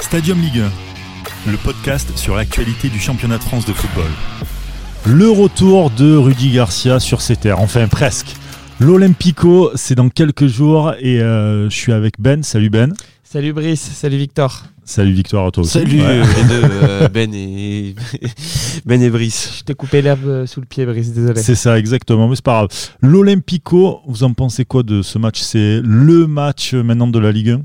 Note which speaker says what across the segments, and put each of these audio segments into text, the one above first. Speaker 1: Stadium Ligue 1, le podcast sur l'actualité du championnat de France de football.
Speaker 2: Le retour de Rudy Garcia sur ses terres, enfin presque. L'Olympico, c'est dans quelques jours et euh, je suis avec Ben. Salut Ben.
Speaker 3: Salut Brice, salut Victor.
Speaker 2: Salut Victoire à toi aussi.
Speaker 4: Salut euh, les deux, euh, Ben et Ben et Brice.
Speaker 3: Je t'ai coupé l'herbe euh, sous le pied, Brice, désolé.
Speaker 2: C'est ça, exactement, mais c'est pas grave. L'Olympico, vous en pensez quoi de ce match C'est le match euh, maintenant de la Ligue 1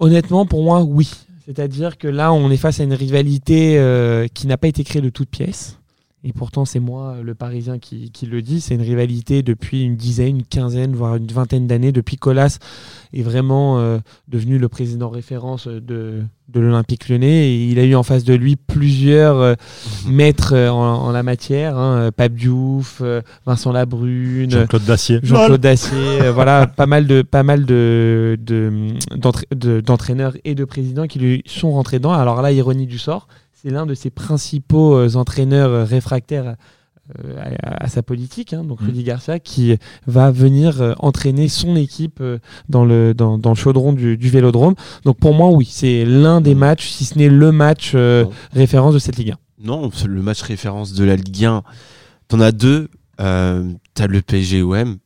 Speaker 3: Honnêtement, pour moi, oui. C'est-à-dire que là, on est face à une rivalité euh, qui n'a pas été créée de toutes pièces. Et pourtant, c'est moi, le Parisien, qui, qui le dit. C'est une rivalité depuis une dizaine, une quinzaine, voire une vingtaine d'années, depuis Colas est vraiment euh, devenu le président référence de, de l'Olympique lyonnais. Et il a eu en face de lui plusieurs euh, maîtres euh, en, en la matière. Hein, Pape Diouf, euh, Vincent Labrune,
Speaker 2: Jean-Claude Dacier.
Speaker 3: Jean-Claude Dacier, euh, voilà, pas mal de pas mal de de- d'entra- de- d'entraîneurs et de présidents qui lui sont rentrés dedans. Alors là, ironie du sort, c'est l'un de ses principaux euh, entraîneurs euh, réfractaires euh, à, à sa politique, hein, donc
Speaker 2: Mhm.
Speaker 3: Rudy Garcia, qui va venir euh, entraîner son équipe euh, dans le dans, dans le chaudron du, du Vélodrome. Donc pour moi, oui, c'est l'un des matchs, si ce n'est le match euh,
Speaker 4: Bon.
Speaker 3: référence de cette Ligue 1.
Speaker 4: Non, c'est le match référence de la Ligue 1, t'en as deux. Euh, T'as le PSG OM.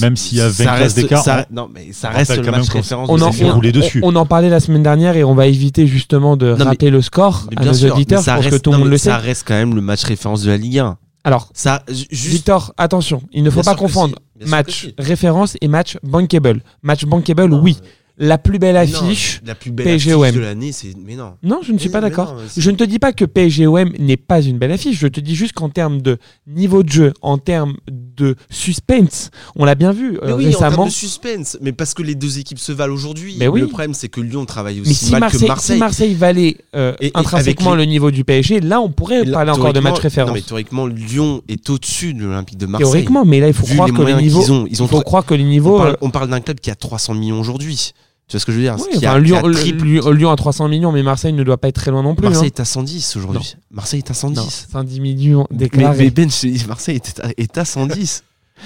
Speaker 2: Même s'il y a 20
Speaker 4: Ça
Speaker 2: places
Speaker 4: reste-
Speaker 2: d'écart,
Speaker 4: ça
Speaker 2: on-
Speaker 4: reste- Non, mais ça
Speaker 2: on
Speaker 4: reste
Speaker 2: rappelle
Speaker 4: le
Speaker 2: quand
Speaker 4: match
Speaker 2: même qu'on
Speaker 4: référence
Speaker 2: on
Speaker 4: de
Speaker 2: en-
Speaker 4: cette Ligue 1.
Speaker 2: rouler dessus.
Speaker 3: on en parlait la semaine dernière et on va éviter justement de
Speaker 4: mais-
Speaker 3: rappeler le score
Speaker 4: Mais
Speaker 3: à nos Ah, auditeurs.
Speaker 4: mais ça
Speaker 3: Je pense que
Speaker 4: reste-
Speaker 3: tout le
Speaker 4: non,
Speaker 3: monde
Speaker 4: mais
Speaker 3: le sait.
Speaker 4: ça reste quand même le match référence de la Ligue 1.
Speaker 3: Alors,
Speaker 4: Ça, euh, ju- juste.
Speaker 3: Victor, attention, il ne faut
Speaker 4: Bien
Speaker 3: pas
Speaker 4: sûr que
Speaker 3: confondre
Speaker 4: si, bien sûr que
Speaker 3: match
Speaker 4: si.
Speaker 3: référence et match bankable. Match bankable,
Speaker 4: Non,
Speaker 3: oui.
Speaker 4: euh,
Speaker 3: La plus belle
Speaker 4: non,
Speaker 3: affiche.
Speaker 4: La plus belle
Speaker 3: PSG
Speaker 4: affiche
Speaker 3: OM.
Speaker 4: de l'année, c'est. Mais non.
Speaker 3: Non, je ne suis
Speaker 4: Mais
Speaker 3: pas
Speaker 4: non, mais
Speaker 3: d'accord.
Speaker 4: non, c'est-
Speaker 3: Je ne te dis pas que PSGOM n'est pas une belle affiche. Je te dis juste qu'en termes de niveau de jeu, en termes de suspense, on l'a bien vu euh,
Speaker 4: Mais oui, en
Speaker 3: récemment.
Speaker 4: termes de suspense, mais parce que les deux équipes se valent aujourd'hui.
Speaker 3: Mais oui.
Speaker 4: Le problème, c'est que Lyon travaille
Speaker 3: Mais
Speaker 4: aussi
Speaker 3: si
Speaker 4: mal
Speaker 3: Marseille,
Speaker 4: que Marseille.
Speaker 3: si Marseille valait euh,
Speaker 4: Et- et
Speaker 3: intrinsèquement
Speaker 4: avec
Speaker 3: le niveau du PSG, là on pourrait
Speaker 4: Et là,
Speaker 3: parler encore de match
Speaker 4: théoriquement- non,
Speaker 3: référence.
Speaker 4: mais théoriquement, Lyon est au-dessus de l'Olympique de Marseille.
Speaker 3: Théoriquement, mais là il faut
Speaker 4: vu
Speaker 3: croire
Speaker 4: les
Speaker 3: que le
Speaker 4: moyens
Speaker 3: niveau.
Speaker 4: qu'ils ont. Ils ont
Speaker 3: Il faut
Speaker 4: trois-
Speaker 3: croire que le
Speaker 4: on
Speaker 3: niveau. euh,
Speaker 4: parle, on parle d'un club qui a 300 millions aujourd'hui. Tu vois ce que je veux dire
Speaker 3: Oui,
Speaker 4: Qui a- qui a
Speaker 3: enfin, Lyon, le-
Speaker 4: triple-
Speaker 3: Lyon- Lyon à 300 millions, mais Marseille ne doit pas être très loin non plus.
Speaker 4: Marseille est à 110 aujourd'hui. Marseille est à
Speaker 3: hein.
Speaker 4: 110.
Speaker 3: Non, 110 millions
Speaker 4: Mais-
Speaker 3: déclarés.
Speaker 4: Mais, Ben, je te- Marseille est à, est à 110.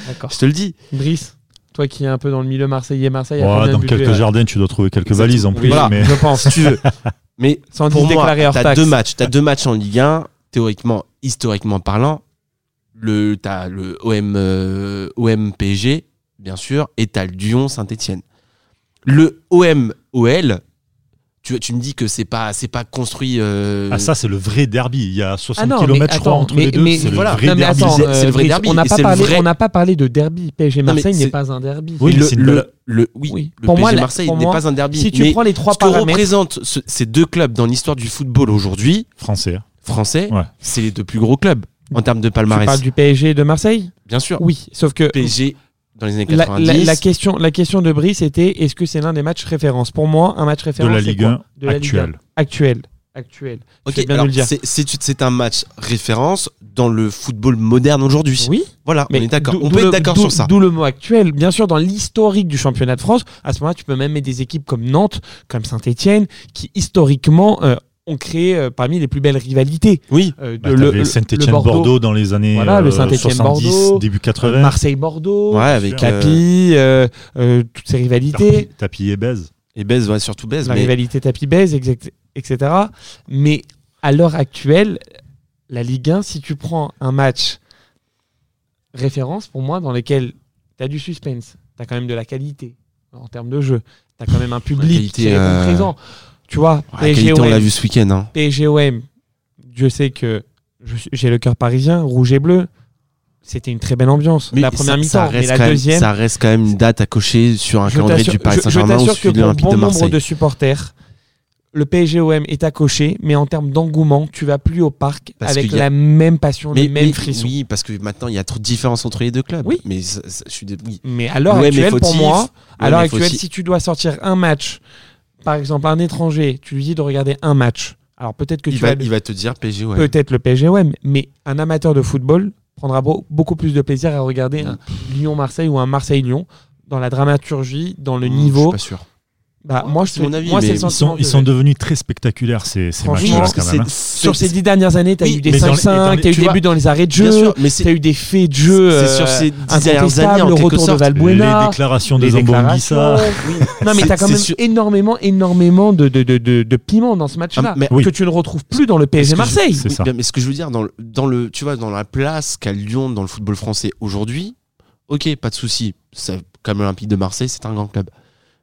Speaker 3: D'accord.
Speaker 4: je te le dis.
Speaker 3: Brice, toi qui es un peu dans le milieu marseillais, Marseille a
Speaker 2: Voilà,
Speaker 3: combien de
Speaker 2: dans
Speaker 3: budget,
Speaker 2: quelques
Speaker 3: là
Speaker 2: jardins, tu dois trouver quelques valises en
Speaker 4: Oui,
Speaker 2: plus.
Speaker 4: voilà.
Speaker 2: mais-
Speaker 3: Je pense.
Speaker 4: Si tu veux. Mais
Speaker 3: 110
Speaker 4: pour moi,
Speaker 3: déclarés hors
Speaker 4: t'as
Speaker 3: taxe.
Speaker 4: deux matchs. T'as deux matchs en Ligue 1, théoriquement, historiquement parlant. Le, t'as le OM, euh, OM PSG, bien sûr, et t'as le Lyon Saint-Etienne. Le OM OL, tu, tu me dis que c'est pas, c'est pas construit. euh,
Speaker 2: Ah, ça, c'est le vrai derby. Il y a 60
Speaker 3: Ah non, mais
Speaker 2: km, je crois,
Speaker 3: attends,
Speaker 2: entre
Speaker 3: mais-
Speaker 2: les deux.
Speaker 3: mais
Speaker 2: C'est le
Speaker 4: voilà.
Speaker 2: vrai
Speaker 3: Non, mais
Speaker 2: derby.
Speaker 3: attends,
Speaker 4: C'est-
Speaker 3: euh,
Speaker 4: c'est le vrai
Speaker 3: Brice,
Speaker 4: derby,
Speaker 3: On n'a
Speaker 4: et
Speaker 3: pas,
Speaker 4: c'est le
Speaker 3: parlé-
Speaker 4: vrai-
Speaker 3: on n'a pas parlé de derby. PSG
Speaker 4: Non, mais
Speaker 3: Marseille n'est
Speaker 4: c'est-
Speaker 3: pas un derby.
Speaker 2: Oui,
Speaker 4: Oui,
Speaker 2: mais
Speaker 4: le,
Speaker 2: c'est une
Speaker 4: le-
Speaker 2: belle-
Speaker 4: le- oui,
Speaker 3: Oui.
Speaker 4: le
Speaker 3: Pour moi,
Speaker 4: PSG
Speaker 3: la-
Speaker 4: Marseille
Speaker 3: pour
Speaker 4: n'est
Speaker 3: moi,
Speaker 4: pas un derby.
Speaker 3: Si tu
Speaker 4: mais
Speaker 3: prends les trois
Speaker 4: ce que
Speaker 3: paramètres.
Speaker 4: représentent ce- ces deux clubs dans l'histoire du football aujourd'hui,
Speaker 2: Français.
Speaker 4: français,
Speaker 2: Ouais.
Speaker 4: c'est les deux plus gros clubs en termes de
Speaker 3: Tu
Speaker 4: palmarès.
Speaker 3: parles du PSG et de Marseille
Speaker 4: Bien sûr.
Speaker 3: Oui, sauf que
Speaker 4: PSG dans les années
Speaker 3: la,
Speaker 4: 90.
Speaker 3: la- la question, la question de Brice était est-ce que c'est l'un des matchs références Pour moi, un match
Speaker 2: De
Speaker 3: référence
Speaker 2: la
Speaker 3: c'est
Speaker 2: Ligue
Speaker 3: quoi
Speaker 2: 1
Speaker 3: De la Ligue 1.
Speaker 2: actuelle.
Speaker 3: actuel. Actuel.
Speaker 4: Ok,
Speaker 3: c'est bien de
Speaker 4: alors,
Speaker 3: le dire.
Speaker 4: c'est- C'est c'est un match référence dans le football moderne aujourd'hui.
Speaker 3: Oui,
Speaker 4: Voilà, on est d'accord.
Speaker 3: d'où-
Speaker 4: On
Speaker 3: d'où
Speaker 4: peut
Speaker 3: le-
Speaker 4: être d'accord
Speaker 3: d'où-
Speaker 4: sur ça.
Speaker 3: D'où le mot actuel. Bien sûr, dans l'historique du championnat de France, à ce moment-là, tu peux même mettre des équipes comme Nantes, comme Saint-Etienne, qui historiquement euh, ont créé euh, parmi les plus belles rivalités.
Speaker 4: Oui.
Speaker 3: Euh, de- le-
Speaker 2: Le
Speaker 3: le- le
Speaker 2: Saint-Etienne-Bordeaux Bah, Bordeaux dans les années
Speaker 3: Voilà, le
Speaker 2: euh,
Speaker 3: Saint-Étienne
Speaker 2: 70,
Speaker 3: Bordeaux,
Speaker 2: début
Speaker 3: euh,
Speaker 2: 80.
Speaker 3: Marseille-Bordeaux,
Speaker 4: Ouais, avec
Speaker 2: sûr.
Speaker 4: euh,
Speaker 3: Tapis, euh, euh, toutes ces rivalités,
Speaker 2: Tapis- Tapis et Bèze.
Speaker 4: et Bez, ouais, surtout Bez.
Speaker 3: la
Speaker 4: mais-
Speaker 3: rivalité Tapis-Baise, exact- etc. Mais à l'heure actuelle, la Ligue 1, si tu prends un match référence pour moi dans lequel tu as du suspense, tu as quand même de la qualité en termes de jeu, tu as quand même un public
Speaker 4: qualité,
Speaker 3: qui est
Speaker 4: euh,
Speaker 3: présent. Tu vois,
Speaker 4: Ouais, la qualité, on l'a vu ce week-end. hein.
Speaker 3: PSGOM, je sais que je suis- j'ai le cœur parisien, rouge et bleu. C'était une très belle ambiance.
Speaker 4: Mais
Speaker 3: la première
Speaker 4: ça- ça
Speaker 3: mi-temps, mais
Speaker 4: reste
Speaker 3: la
Speaker 4: quand même-
Speaker 3: deuxième.
Speaker 4: ça reste quand même une date à cocher sur un
Speaker 3: je
Speaker 4: calendrier
Speaker 3: t'assure
Speaker 4: du Paris
Speaker 3: je- je
Speaker 4: Saint-Germain ou
Speaker 3: t'assure que
Speaker 4: celui de
Speaker 3: pour
Speaker 4: l'Olympique
Speaker 3: bon
Speaker 4: de
Speaker 3: nombre
Speaker 4: Marseille.
Speaker 3: de supporters, le PSGOM est à cocher, mais en termes d'engouement, tu vas plus au parc
Speaker 4: Parce
Speaker 3: avec
Speaker 4: qu'il y a-
Speaker 3: la même passion, les mêmes frissons.
Speaker 4: Oui, parce que maintenant il y a trop de différence entre les deux clubs.
Speaker 3: Oui.
Speaker 4: Mais ça- ça- je suis dé- oui.
Speaker 3: Mais à l'heure
Speaker 4: Ouais, mais
Speaker 3: actuelle, pour
Speaker 4: fautif.
Speaker 3: moi, à l'heure
Speaker 4: mais faut
Speaker 3: actuelle,
Speaker 4: aussi-
Speaker 3: si tu dois sortir un match, par exemple un étranger, tu lui dis de regarder un match. Alors peut-être que
Speaker 4: il,
Speaker 3: tu
Speaker 4: va,
Speaker 3: vas
Speaker 4: il va te dire PSG. Ouais.
Speaker 3: peut-être le PSGOM, mais un amateur de football prendra beau- beaucoup plus de plaisir à regarder un Lyon-Marseille ou un Marseille-Lyon dans la dramaturgie, dans le
Speaker 4: Mmh,
Speaker 3: niveau.
Speaker 4: Je suis pas sûr.
Speaker 3: Bah, moi, je
Speaker 4: C'est mon avis,
Speaker 3: moi, c'est
Speaker 4: mais
Speaker 3: le
Speaker 4: ils
Speaker 2: Ils sont,
Speaker 3: sentiment
Speaker 2: ils
Speaker 3: que
Speaker 2: sont
Speaker 3: j'ai.
Speaker 2: devenus très spectaculaires ces, ces
Speaker 3: Franchement,
Speaker 2: matchs-là quand
Speaker 4: c'est-
Speaker 2: même. hein.
Speaker 4: c'est-
Speaker 3: Sur ces dix dernières années, t'as
Speaker 4: Oui,
Speaker 3: eu des
Speaker 2: mais dans les- dans
Speaker 3: 5-5,
Speaker 2: les-
Speaker 3: t'as eu
Speaker 4: tu
Speaker 3: des
Speaker 4: vois,
Speaker 3: buts dans les arrêts de
Speaker 4: bien
Speaker 3: jeu,
Speaker 4: sûr, mais
Speaker 3: t'as
Speaker 4: c'est
Speaker 3: eu des faits de jeu.
Speaker 4: c'est sur
Speaker 3: euh,
Speaker 4: ces dix dernières
Speaker 3: incontestables,
Speaker 4: années en
Speaker 3: le
Speaker 4: quelque
Speaker 3: retour de
Speaker 4: sorte.
Speaker 3: Valbuena.
Speaker 2: Les déclarations de
Speaker 3: des
Speaker 2: Zambombissa.
Speaker 3: déclarations. Non, mais
Speaker 4: C'est-
Speaker 3: t'as quand
Speaker 4: c'est
Speaker 3: même
Speaker 4: sûr-
Speaker 3: énormément, énormément de, de, de, de, de piment dans ce match-là.
Speaker 4: Ah, mais-
Speaker 2: Oui.
Speaker 3: Que tu ne retrouves plus dans le PSG
Speaker 2: Parce que je-
Speaker 3: Marseille.
Speaker 2: C'est
Speaker 4: Oui,
Speaker 2: ça.
Speaker 4: bien, mais ce que je veux dire, dans le, dans le, tu vois, dans la place qu'a Lyon dans le football français aujourd'hui, ok, pas de souci. ça- Comme l'Olympique de Marseille, c'est un grand club.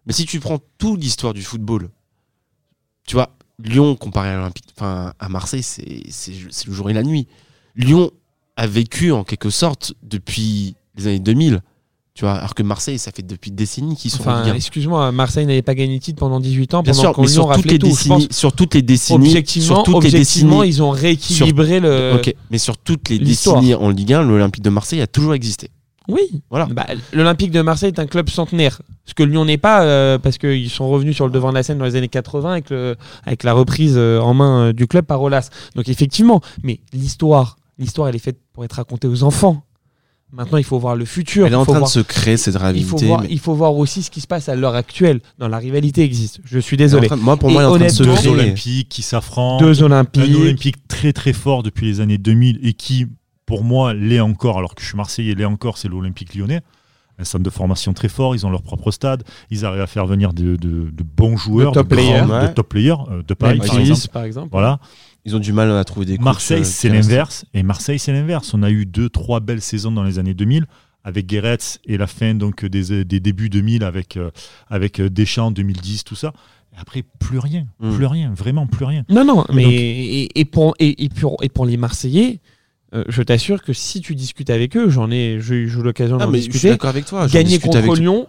Speaker 4: Mais si tu prends toute l'histoire du football, tu vois, Lyon comparé à l'Olympique, enfin à Marseille, c'est c'est- c'est le jour et la nuit. Lyon a vécu en quelque sorte depuis les années 2000, tu vois, alors que Marseille, ça fait depuis des décennies qu'ils sont en
Speaker 3: Enfin,
Speaker 4: Ligue un.
Speaker 3: excuse-moi, Marseille n'avait pas gagné de titre pendant 18 ans,
Speaker 4: Bien
Speaker 3: pendant
Speaker 4: sûr,
Speaker 3: qu'on
Speaker 4: mais
Speaker 3: lui en
Speaker 4: sur toutes,
Speaker 3: raflait
Speaker 4: les
Speaker 3: tout. Je pense
Speaker 4: décennies, sur toutes les décennies,
Speaker 3: objectivement,
Speaker 4: sur toutes les décennies,
Speaker 3: objectivement ils ont rééquilibré
Speaker 2: Euh,
Speaker 3: le.
Speaker 4: Ok, mais sur toutes les
Speaker 3: l'histoire.
Speaker 4: décennies en Ligue 1, l'Olympique de Marseille a toujours existé.
Speaker 3: Oui.
Speaker 4: Voilà.
Speaker 3: Bah, L'Olympique de Marseille est un club centenaire. Ce que Lyon n'est pas, euh, parce qu'ils sont revenus sur le devant de la scène dans les années 80 avec, le- avec la reprise euh, en main euh, du club par Olas. Donc effectivement, mais l'histoire, l'histoire, elle est faite pour être racontée aux enfants. Maintenant, il faut voir le futur.
Speaker 4: Elle est en
Speaker 3: il faut
Speaker 4: train
Speaker 3: voir-
Speaker 4: de se créer cette
Speaker 3: il faut
Speaker 4: rivalité.
Speaker 3: voir,
Speaker 4: mais
Speaker 3: il faut voir aussi ce qui se passe à l'heure actuelle. Non, la rivalité existe. Je suis
Speaker 4: elle est en
Speaker 3: désolé.
Speaker 4: train de- moi, pour
Speaker 3: Et
Speaker 4: moi, elle est en train de se
Speaker 3: honnêtement-
Speaker 2: Deux
Speaker 4: créer.
Speaker 2: Olympiques qui s'affrontent.
Speaker 3: Deux
Speaker 2: Un
Speaker 3: Olympiques.
Speaker 2: Olympique très très fort depuis les années 2000 et qui, pour moi, l'est encore, alors que je suis Marseillais, l'est encore, c'est l'Olympique lyonnais. Un centre de formation très fort, ils ont leur propre stade, ils arrivent à faire venir de, de- de bons joueurs,
Speaker 3: top
Speaker 2: de, grands-
Speaker 3: players.
Speaker 2: de
Speaker 4: Ouais.
Speaker 2: top players, euh, de Paris
Speaker 3: Memphis,
Speaker 2: par exemple.
Speaker 3: par exemple.
Speaker 2: Voilà.
Speaker 4: Ils ont du mal à trouver des coachs, euh,
Speaker 2: Marseille, c'est
Speaker 4: qui restent.
Speaker 2: l'inverse. Et Marseille, c'est l'inverse. On a eu deux, trois belles saisons dans les années 2000 avec Guéretz et la fin donc des, des débuts 2000 avec, euh, avec euh, Deschamps 2010, tout ça. Et après, plus rien.
Speaker 4: Mm.
Speaker 2: Plus rien. Vraiment plus rien.
Speaker 3: Non, non, mais
Speaker 2: Donc-
Speaker 3: et, et pour, et, et pour, et pour les Marseillais, euh, je t'assure que si tu discutes avec eux, j'en ai, j'ai eu j'ai eu l'occasion
Speaker 4: Ah,
Speaker 3: d'en
Speaker 4: mais je suis
Speaker 3: discuter,
Speaker 4: d'accord avec toi. j'en
Speaker 3: gagner
Speaker 4: discute
Speaker 3: contre
Speaker 4: avec toi.
Speaker 3: Lyon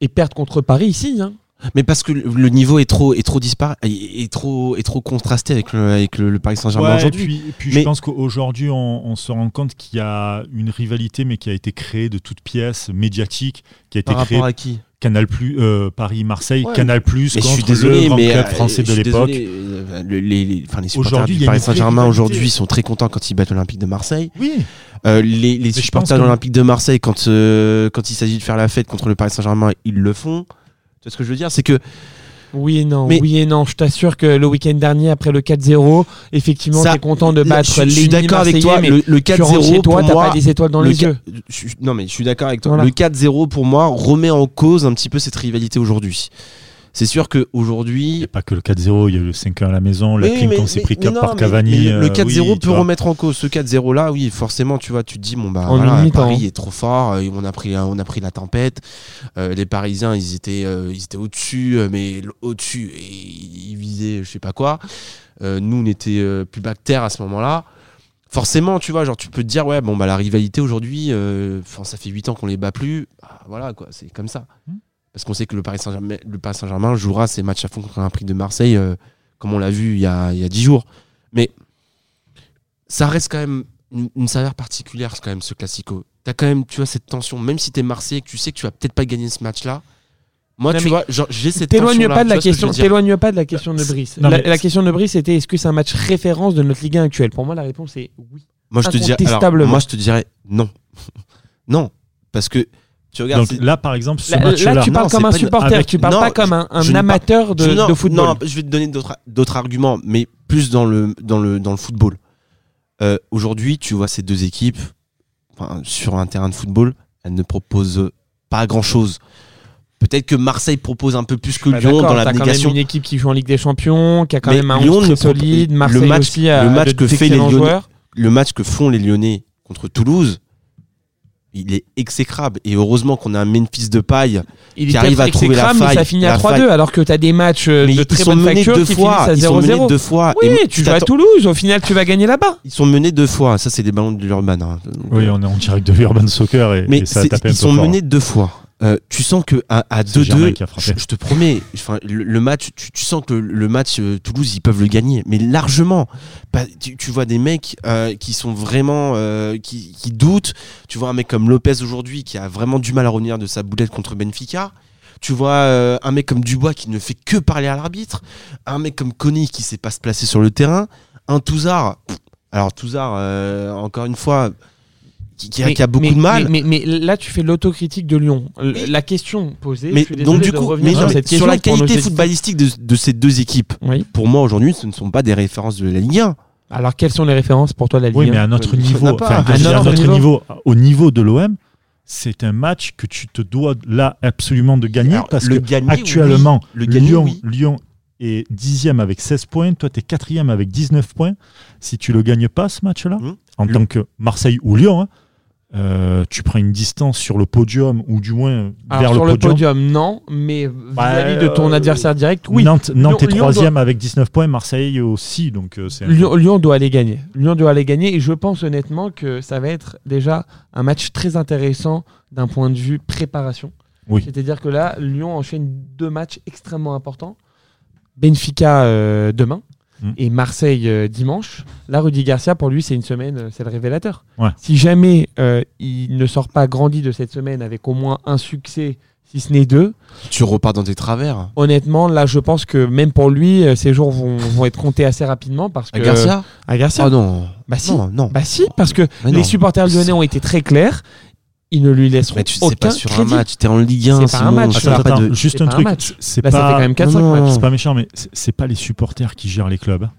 Speaker 3: et perdre contre Paris ici. hein.
Speaker 4: Mais parce que le le niveau est trop, est trop dispar, est, est trop, est trop contrasté avec le, avec le, le Paris Saint-Germain
Speaker 2: Ouais, et
Speaker 4: aujourd'hui.
Speaker 2: puis, et puis
Speaker 4: Mais-
Speaker 2: je pense qu'aujourd'hui, on, on se rend compte qu'il y a une rivalité, mais qui a été créée de toutes pièces, médiatique, qui a été
Speaker 4: Par
Speaker 2: créée
Speaker 4: rapport à qui
Speaker 2: Canal Plus, euh, Paris-Marseille,
Speaker 4: Ouais.
Speaker 2: Canal Plus
Speaker 4: Mais euh,
Speaker 2: contre le grand club français de l'époque.
Speaker 4: les, euh, les- enfin, les supporters
Speaker 2: Aujourd'hui, il y
Speaker 4: du
Speaker 2: a
Speaker 4: Paris
Speaker 2: une vraie
Speaker 4: Saint-Germain
Speaker 2: rivalité.
Speaker 4: aujourd'hui sont très contents quand ils battent l'Olympique de Marseille.
Speaker 2: Oui,
Speaker 4: Euh, les, les
Speaker 2: je
Speaker 4: supporters
Speaker 2: pense
Speaker 4: de
Speaker 2: que-
Speaker 4: l'Olympique de Marseille, quand, euh, quand il s'agit de faire la fête contre le Paris Saint-Germain, ils le font. Tu vois ce que je veux dire C'est que
Speaker 3: Oui et non,
Speaker 4: Mais-
Speaker 3: oui et non. Je t'assure que le week-end dernier, après le 4-0, effectivement,
Speaker 4: Ça-
Speaker 3: t'es content de
Speaker 4: Là,
Speaker 3: battre
Speaker 4: je, je suis
Speaker 3: l'ennemi
Speaker 4: d'accord avec toi.
Speaker 3: marseillais,
Speaker 4: Le, le
Speaker 3: mais tu rentres
Speaker 4: 4-0
Speaker 3: chez toi,
Speaker 4: pour
Speaker 3: t'as
Speaker 4: moi.
Speaker 3: pas des étoiles dans
Speaker 4: le
Speaker 3: les
Speaker 4: ca-
Speaker 3: yeux.
Speaker 4: je- je- non mais je suis d'accord avec toi.
Speaker 3: Voilà.
Speaker 4: Le 4-0 pour moi remet en cause un petit peu cette rivalité aujourd'hui. C'est sûr que aujourd'hui.
Speaker 2: Et pas que le 4-0, il y a eu le 5-1 à la maison, la
Speaker 4: Mais oui,
Speaker 2: clean
Speaker 4: mais-
Speaker 2: qu'on s'est
Speaker 4: mais-
Speaker 2: pris
Speaker 4: mais
Speaker 2: cap
Speaker 4: non,
Speaker 2: par
Speaker 4: mais-
Speaker 2: Cavani.
Speaker 4: mais le
Speaker 2: euh, oui,
Speaker 4: 4-0
Speaker 2: tu
Speaker 4: peut
Speaker 2: vois.
Speaker 4: remettre en cause ce 4-0 là. Oui, forcément, tu vois, tu te dis bon bah
Speaker 3: En
Speaker 4: voilà,
Speaker 3: une mi-temps.
Speaker 4: Paris est trop fort. euh, On a pris, on a pris la tempête. Euh, les Parisiens, ils étaient, euh, ils étaient au-dessus, euh, mais l- au-dessus et ils visaient, je sais pas quoi. Euh, nous, on était euh, plus bactère à ce moment-là. Forcément, tu vois, genre tu peux te dire ouais, bon bah la rivalité aujourd'hui, euh, enfin, ça fait 8 ans qu'on les bat plus. Bah, voilà quoi, c'est comme ça.
Speaker 2: Mm.
Speaker 4: Parce qu'on sait que le Paris Saint-Germain, le Paris Saint-Germain jouera ses matchs à fond contre un prix de Marseille, euh, comme on l'a vu il y a, il y a 10 jours. Mais ça reste quand même une, une saveur particulière quand même ce classico. T'as quand même, tu vois, cette tension, même si t'es Marseillais et que tu sais que tu vas peut-être pas gagner ce match-là. Moi,
Speaker 3: Non,
Speaker 4: tu
Speaker 3: mais
Speaker 4: vois, genre, j'ai cette
Speaker 3: T'éloigne
Speaker 4: tension-là,
Speaker 3: pas de
Speaker 4: tu
Speaker 3: la
Speaker 4: vois ce que je
Speaker 3: question.
Speaker 4: veux dire.
Speaker 3: T'éloigne pas de la question de Brice.
Speaker 2: non,
Speaker 3: la,
Speaker 2: mais-
Speaker 3: la question de Brice était est-ce que c'est un match référence de notre Ligue 1 actuelle Pour moi, la réponse est oui.
Speaker 4: Moi, je te dirais, alors,
Speaker 3: Incontestablement.
Speaker 4: moi, je te dirais non. non, parce que tu regardes.
Speaker 2: Donc
Speaker 4: c'est-
Speaker 2: là, par exemple, ce
Speaker 3: Là,
Speaker 2: match-là,
Speaker 3: là, tu
Speaker 4: non,
Speaker 3: parles
Speaker 4: c'est
Speaker 3: comme un
Speaker 4: pas une-
Speaker 3: supporter,
Speaker 4: avec-
Speaker 3: tu parles
Speaker 4: non,
Speaker 3: pas comme un, un
Speaker 4: je ne parle-
Speaker 3: amateur de,
Speaker 4: Je- non,
Speaker 3: de football.
Speaker 4: non, je vais te donner d'autres d'autres arguments, mais plus dans le, dans le, dans le football. Euh, Aujourd'hui, tu vois ces deux équipes enfin, sur un terrain de football, elles ne proposent pas grand-chose. Peut-être que Marseille propose un peu plus que
Speaker 3: Bah
Speaker 4: Lyon
Speaker 3: d'accord,
Speaker 4: dans
Speaker 3: t'as quand
Speaker 4: l'abnégation.
Speaker 3: même une équipe qui joue en Ligue des Champions, qui a quand
Speaker 4: Mais
Speaker 3: même un
Speaker 4: Lyon
Speaker 3: 11
Speaker 4: ne
Speaker 3: très
Speaker 4: propose-
Speaker 3: solide,
Speaker 4: le
Speaker 3: Marseille
Speaker 4: match-
Speaker 3: aussi a
Speaker 4: le match
Speaker 3: a
Speaker 4: que fait les
Speaker 3: d'excellents
Speaker 4: Lyonnais-
Speaker 3: joueurs.
Speaker 4: Le match que font les Lyonnais contre Toulouse, il est exécrable. Et heureusement qu'on a un Memphis de paille.
Speaker 3: Il
Speaker 4: qui
Speaker 3: était
Speaker 4: arrive à trouver la
Speaker 3: exécrable, mais ça
Speaker 4: faille,
Speaker 3: finit à
Speaker 4: la
Speaker 3: 3-2 alors que t'as des matchs euh,
Speaker 4: Mais
Speaker 3: de
Speaker 4: ils,
Speaker 3: très
Speaker 4: sont
Speaker 3: bonne
Speaker 4: menés
Speaker 3: facture
Speaker 4: deux
Speaker 3: qui finissent
Speaker 4: fois.
Speaker 3: à
Speaker 4: Ils sont menés
Speaker 3: 0-0.
Speaker 4: deux fois.
Speaker 3: Oui,
Speaker 4: Et moi,
Speaker 3: tu joues à
Speaker 4: t'attends-
Speaker 3: Toulouse, au final tu vas gagner là-bas.
Speaker 4: Ils sont menés deux fois. Ça, c'est des ballons de l'Urban. hein. Donc,
Speaker 2: Oui, on est en direct de l'Urban Soccer et,
Speaker 4: Mais
Speaker 2: et ça a
Speaker 4: c'est-
Speaker 2: tapé un
Speaker 4: ils
Speaker 2: peu
Speaker 4: sont
Speaker 2: fort. hein.
Speaker 4: menés deux fois. Euh, tu sens que à, à
Speaker 2: C'est Germain
Speaker 4: 2-2,
Speaker 2: qui a frappé.
Speaker 4: je, je te promets, enfin, le, le match, tu, tu sens que le match euh, Toulouse, ils peuvent le gagner, mais largement. Pas- tu, tu vois des mecs euh, qui sont vraiment, euh, qui, qui doutent. Tu vois un mec comme Lopez aujourd'hui qui a vraiment du mal à revenir de sa boulette contre Benfica. Tu vois euh, un mec comme Dubois qui ne fait que parler à l'arbitre. Un mec comme Conny qui sait pas se placer sur le terrain. Un Touzard. pff, Alors Touzard, euh, encore une fois, qui, qui a- qui a beaucoup de mal.
Speaker 3: Mais, mais- mais là, tu fais l'autocritique de Lyon. L-
Speaker 4: Oui.
Speaker 3: La question posée.
Speaker 4: Mais
Speaker 3: je suis
Speaker 4: donc
Speaker 3: désolé
Speaker 4: du
Speaker 3: de
Speaker 4: coup,
Speaker 3: revenir
Speaker 4: mais-
Speaker 3: sur,
Speaker 4: mais
Speaker 3: cette
Speaker 4: sur
Speaker 3: question
Speaker 4: la
Speaker 3: pour nos
Speaker 4: qualité
Speaker 3: auditeurs.
Speaker 4: footballistique de, de ces deux équipes,
Speaker 3: Oui.
Speaker 4: pour moi aujourd'hui, ce ne sont pas des références de la Ligue 1.
Speaker 3: Alors, quelles sont les références pour toi de la Ligue
Speaker 2: Oui,
Speaker 3: 1?
Speaker 2: mais à notre
Speaker 4: euh,
Speaker 2: niveau,
Speaker 4: ça n'a pas-
Speaker 2: enfin,
Speaker 4: à
Speaker 2: je veux dire, à
Speaker 3: notre
Speaker 2: notre niveau, au niveau de l'OM, c'est un match que tu te dois là absolument de gagner
Speaker 4: Alors,
Speaker 2: parce
Speaker 4: le
Speaker 2: que
Speaker 4: gagner,
Speaker 2: actuellement,
Speaker 4: oui. Le gagner,
Speaker 2: Lyon,
Speaker 4: oui.
Speaker 2: Lyon est dixième avec 16 points, toi tu es quatrième avec 19 points. Si tu le gagnes pas ce match-là,
Speaker 4: Hum.
Speaker 2: en
Speaker 4: Lyon.
Speaker 2: tant que Marseille ou Lyon, hein, euh, tu prends une distance sur le podium ou du moins euh,
Speaker 3: Alors,
Speaker 2: vers
Speaker 3: Ah, sur
Speaker 2: le
Speaker 3: le
Speaker 2: podium.
Speaker 3: podium, non, mais vis-à-vis de ton
Speaker 2: euh,
Speaker 3: adversaire direct, oui.
Speaker 2: Nantes, Nantes
Speaker 3: Lyon-
Speaker 2: est
Speaker 3: Lyon
Speaker 2: troisième avec 19 points, Marseille aussi, donc euh, c'est un-
Speaker 3: Lyon, Lyon doit aller gagner. Lyon doit aller gagner et je pense honnêtement que ça va être déjà un match très intéressant d'un point de vue préparation.
Speaker 2: Oui.
Speaker 3: C'est-à-dire que là, Lyon enchaîne deux matchs extrêmement importants. Benfica euh, demain
Speaker 2: Mm.
Speaker 3: et Marseille euh, dimanche. Là, Rudy Garcia, pour lui, c'est une semaine, euh, c'est le révélateur.
Speaker 2: Ouais.
Speaker 3: Si jamais euh, il ne sort pas grandi de cette semaine avec au moins un succès, si ce n'est deux,
Speaker 4: Tu repars dans tes travers.
Speaker 3: honnêtement, là, je pense que même pour lui, euh, ces jours vont, vont être comptés assez rapidement parce que...
Speaker 4: À Garcia
Speaker 3: À Garcia.
Speaker 4: Ah non.
Speaker 3: Euh, Bah si.
Speaker 4: Non, non.
Speaker 3: Bah si, parce que
Speaker 4: Mais non.
Speaker 3: les supporters lyonnais ont été très clairs. Ils ne lui laisseront
Speaker 4: Mais tu sais
Speaker 3: aucun
Speaker 4: pas sur
Speaker 3: crédit.
Speaker 4: un match, t'es en Ligue 1.
Speaker 3: C'est pas un
Speaker 4: sinon,
Speaker 3: match,
Speaker 4: tu
Speaker 2: Attends,
Speaker 4: vas
Speaker 3: là.
Speaker 4: pas
Speaker 2: attends,
Speaker 4: de-
Speaker 2: juste
Speaker 3: C'est
Speaker 2: un
Speaker 3: pas un
Speaker 2: truc,
Speaker 3: match.
Speaker 2: c'est
Speaker 3: Là, ça fait
Speaker 2: pas
Speaker 3: quand même 4-5
Speaker 4: Non, non.
Speaker 3: matchs.
Speaker 2: C'est pas méchant, mais c'est- c'est pas les supporters qui gèrent les clubs. hein.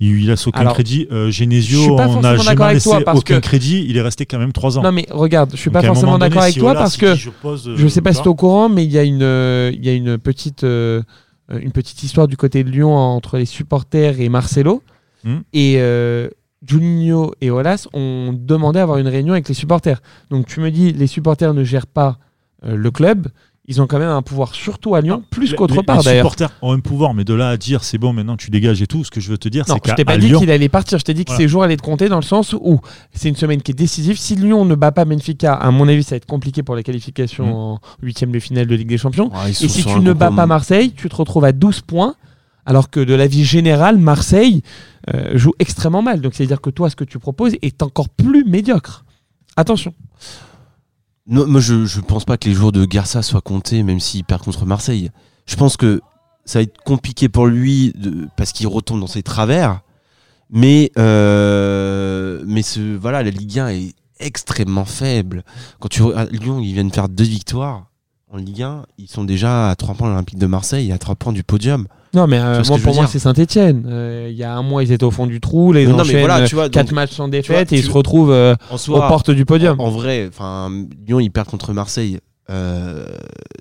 Speaker 2: Il il laisse aucun
Speaker 3: Alors,
Speaker 2: crédit. Euh,
Speaker 3: je suis
Speaker 2: Genesio,
Speaker 3: pas
Speaker 2: on
Speaker 3: forcément
Speaker 2: n'a
Speaker 3: d'accord
Speaker 2: jamais
Speaker 3: avec
Speaker 2: laissé
Speaker 3: toi, parce
Speaker 2: aucun
Speaker 3: que-
Speaker 2: crédit. Il est resté quand même 3 ans.
Speaker 3: Non mais regarde, je suis
Speaker 2: Donc,
Speaker 3: pas
Speaker 2: à un moment
Speaker 3: forcément
Speaker 2: donné,
Speaker 3: d'accord avec
Speaker 2: si
Speaker 3: toi
Speaker 2: Ola,
Speaker 3: parce
Speaker 2: si
Speaker 3: que
Speaker 2: dit, je, pose, euh,
Speaker 3: je sais pas
Speaker 2: tu
Speaker 3: si tu es
Speaker 2: vois.
Speaker 3: au courant, mais il y a une, euh, il y a une petite, euh, euh, une petite histoire du côté de Lyon entre les supporters et Marcelo.
Speaker 2: Hmm.
Speaker 3: Et euh, Juninho et Olas ont demandé à avoir une réunion avec les supporters. Donc tu me dis, les supporters ne gèrent pas euh, le club. Ils ont quand même un pouvoir, surtout à Lyon, plus
Speaker 2: Les-
Speaker 3: qu'autre
Speaker 2: les-
Speaker 3: part
Speaker 2: Les
Speaker 3: d'ailleurs.
Speaker 2: supporters ont un pouvoir, mais de là à dire c'est bon, maintenant tu dégages et tout. Ce que je veux te dire,
Speaker 3: Non,
Speaker 2: c'est
Speaker 3: je
Speaker 2: qu'à
Speaker 3: t'ai pas
Speaker 2: à
Speaker 3: dit
Speaker 2: Lyon,
Speaker 3: qu'il allait partir. Je t'ai dit que
Speaker 2: Voilà.
Speaker 3: ces jours allaient te compter dans le sens où c'est une semaine qui est décisive. Si Lyon ne bat pas Benfica, à mon avis, ça va être compliqué pour la qualification
Speaker 2: Mm.
Speaker 3: en huitième de finale de Ligue des Champions.
Speaker 4: Ah, ils sont
Speaker 3: Et si
Speaker 4: sur
Speaker 3: tu
Speaker 4: un
Speaker 3: ne
Speaker 4: gros
Speaker 3: bats pas
Speaker 4: moment.
Speaker 3: Marseille, tu te retrouves à 12 points. Alors que de l'avis général, Marseille euh, joue extrêmement mal. Donc c'est-à-dire que toi, ce que tu proposes est encore plus médiocre. Attention.
Speaker 4: Non, moi, je, je pense pas que les jours de Garça soient comptés, même s'il perd contre Marseille. Je pense que ça va être compliqué pour lui de- parce qu'il retombe dans ses travers. Mais, euh, mais ce, voilà, la Ligue 1 est extrêmement faible. Quand tu regardes Lyon, ils viennent faire deux victoires en Ligue 1. Ils sont déjà à 3 points de l'Olympique de Marseille, à 3 points du podium.
Speaker 3: Non, mais euh,
Speaker 4: Tu vois ce
Speaker 3: moi,
Speaker 4: que je
Speaker 3: pour
Speaker 4: veux
Speaker 3: moi,
Speaker 4: dire
Speaker 3: c'est Saint-Etienne.
Speaker 4: Euh,
Speaker 3: il y a un mois, ils étaient au fond du trou. Les
Speaker 4: Non, mais
Speaker 3: enchaînent
Speaker 4: voilà, tu vois, donc,
Speaker 3: 4 matchs sans défaite
Speaker 4: tu
Speaker 3: et ils
Speaker 4: vois-
Speaker 3: se retrouvent euh,
Speaker 4: En
Speaker 3: aux
Speaker 4: soi,
Speaker 3: portes du podium.
Speaker 4: en vrai, enfin, Lyon, ils perdent contre Marseille. Euh,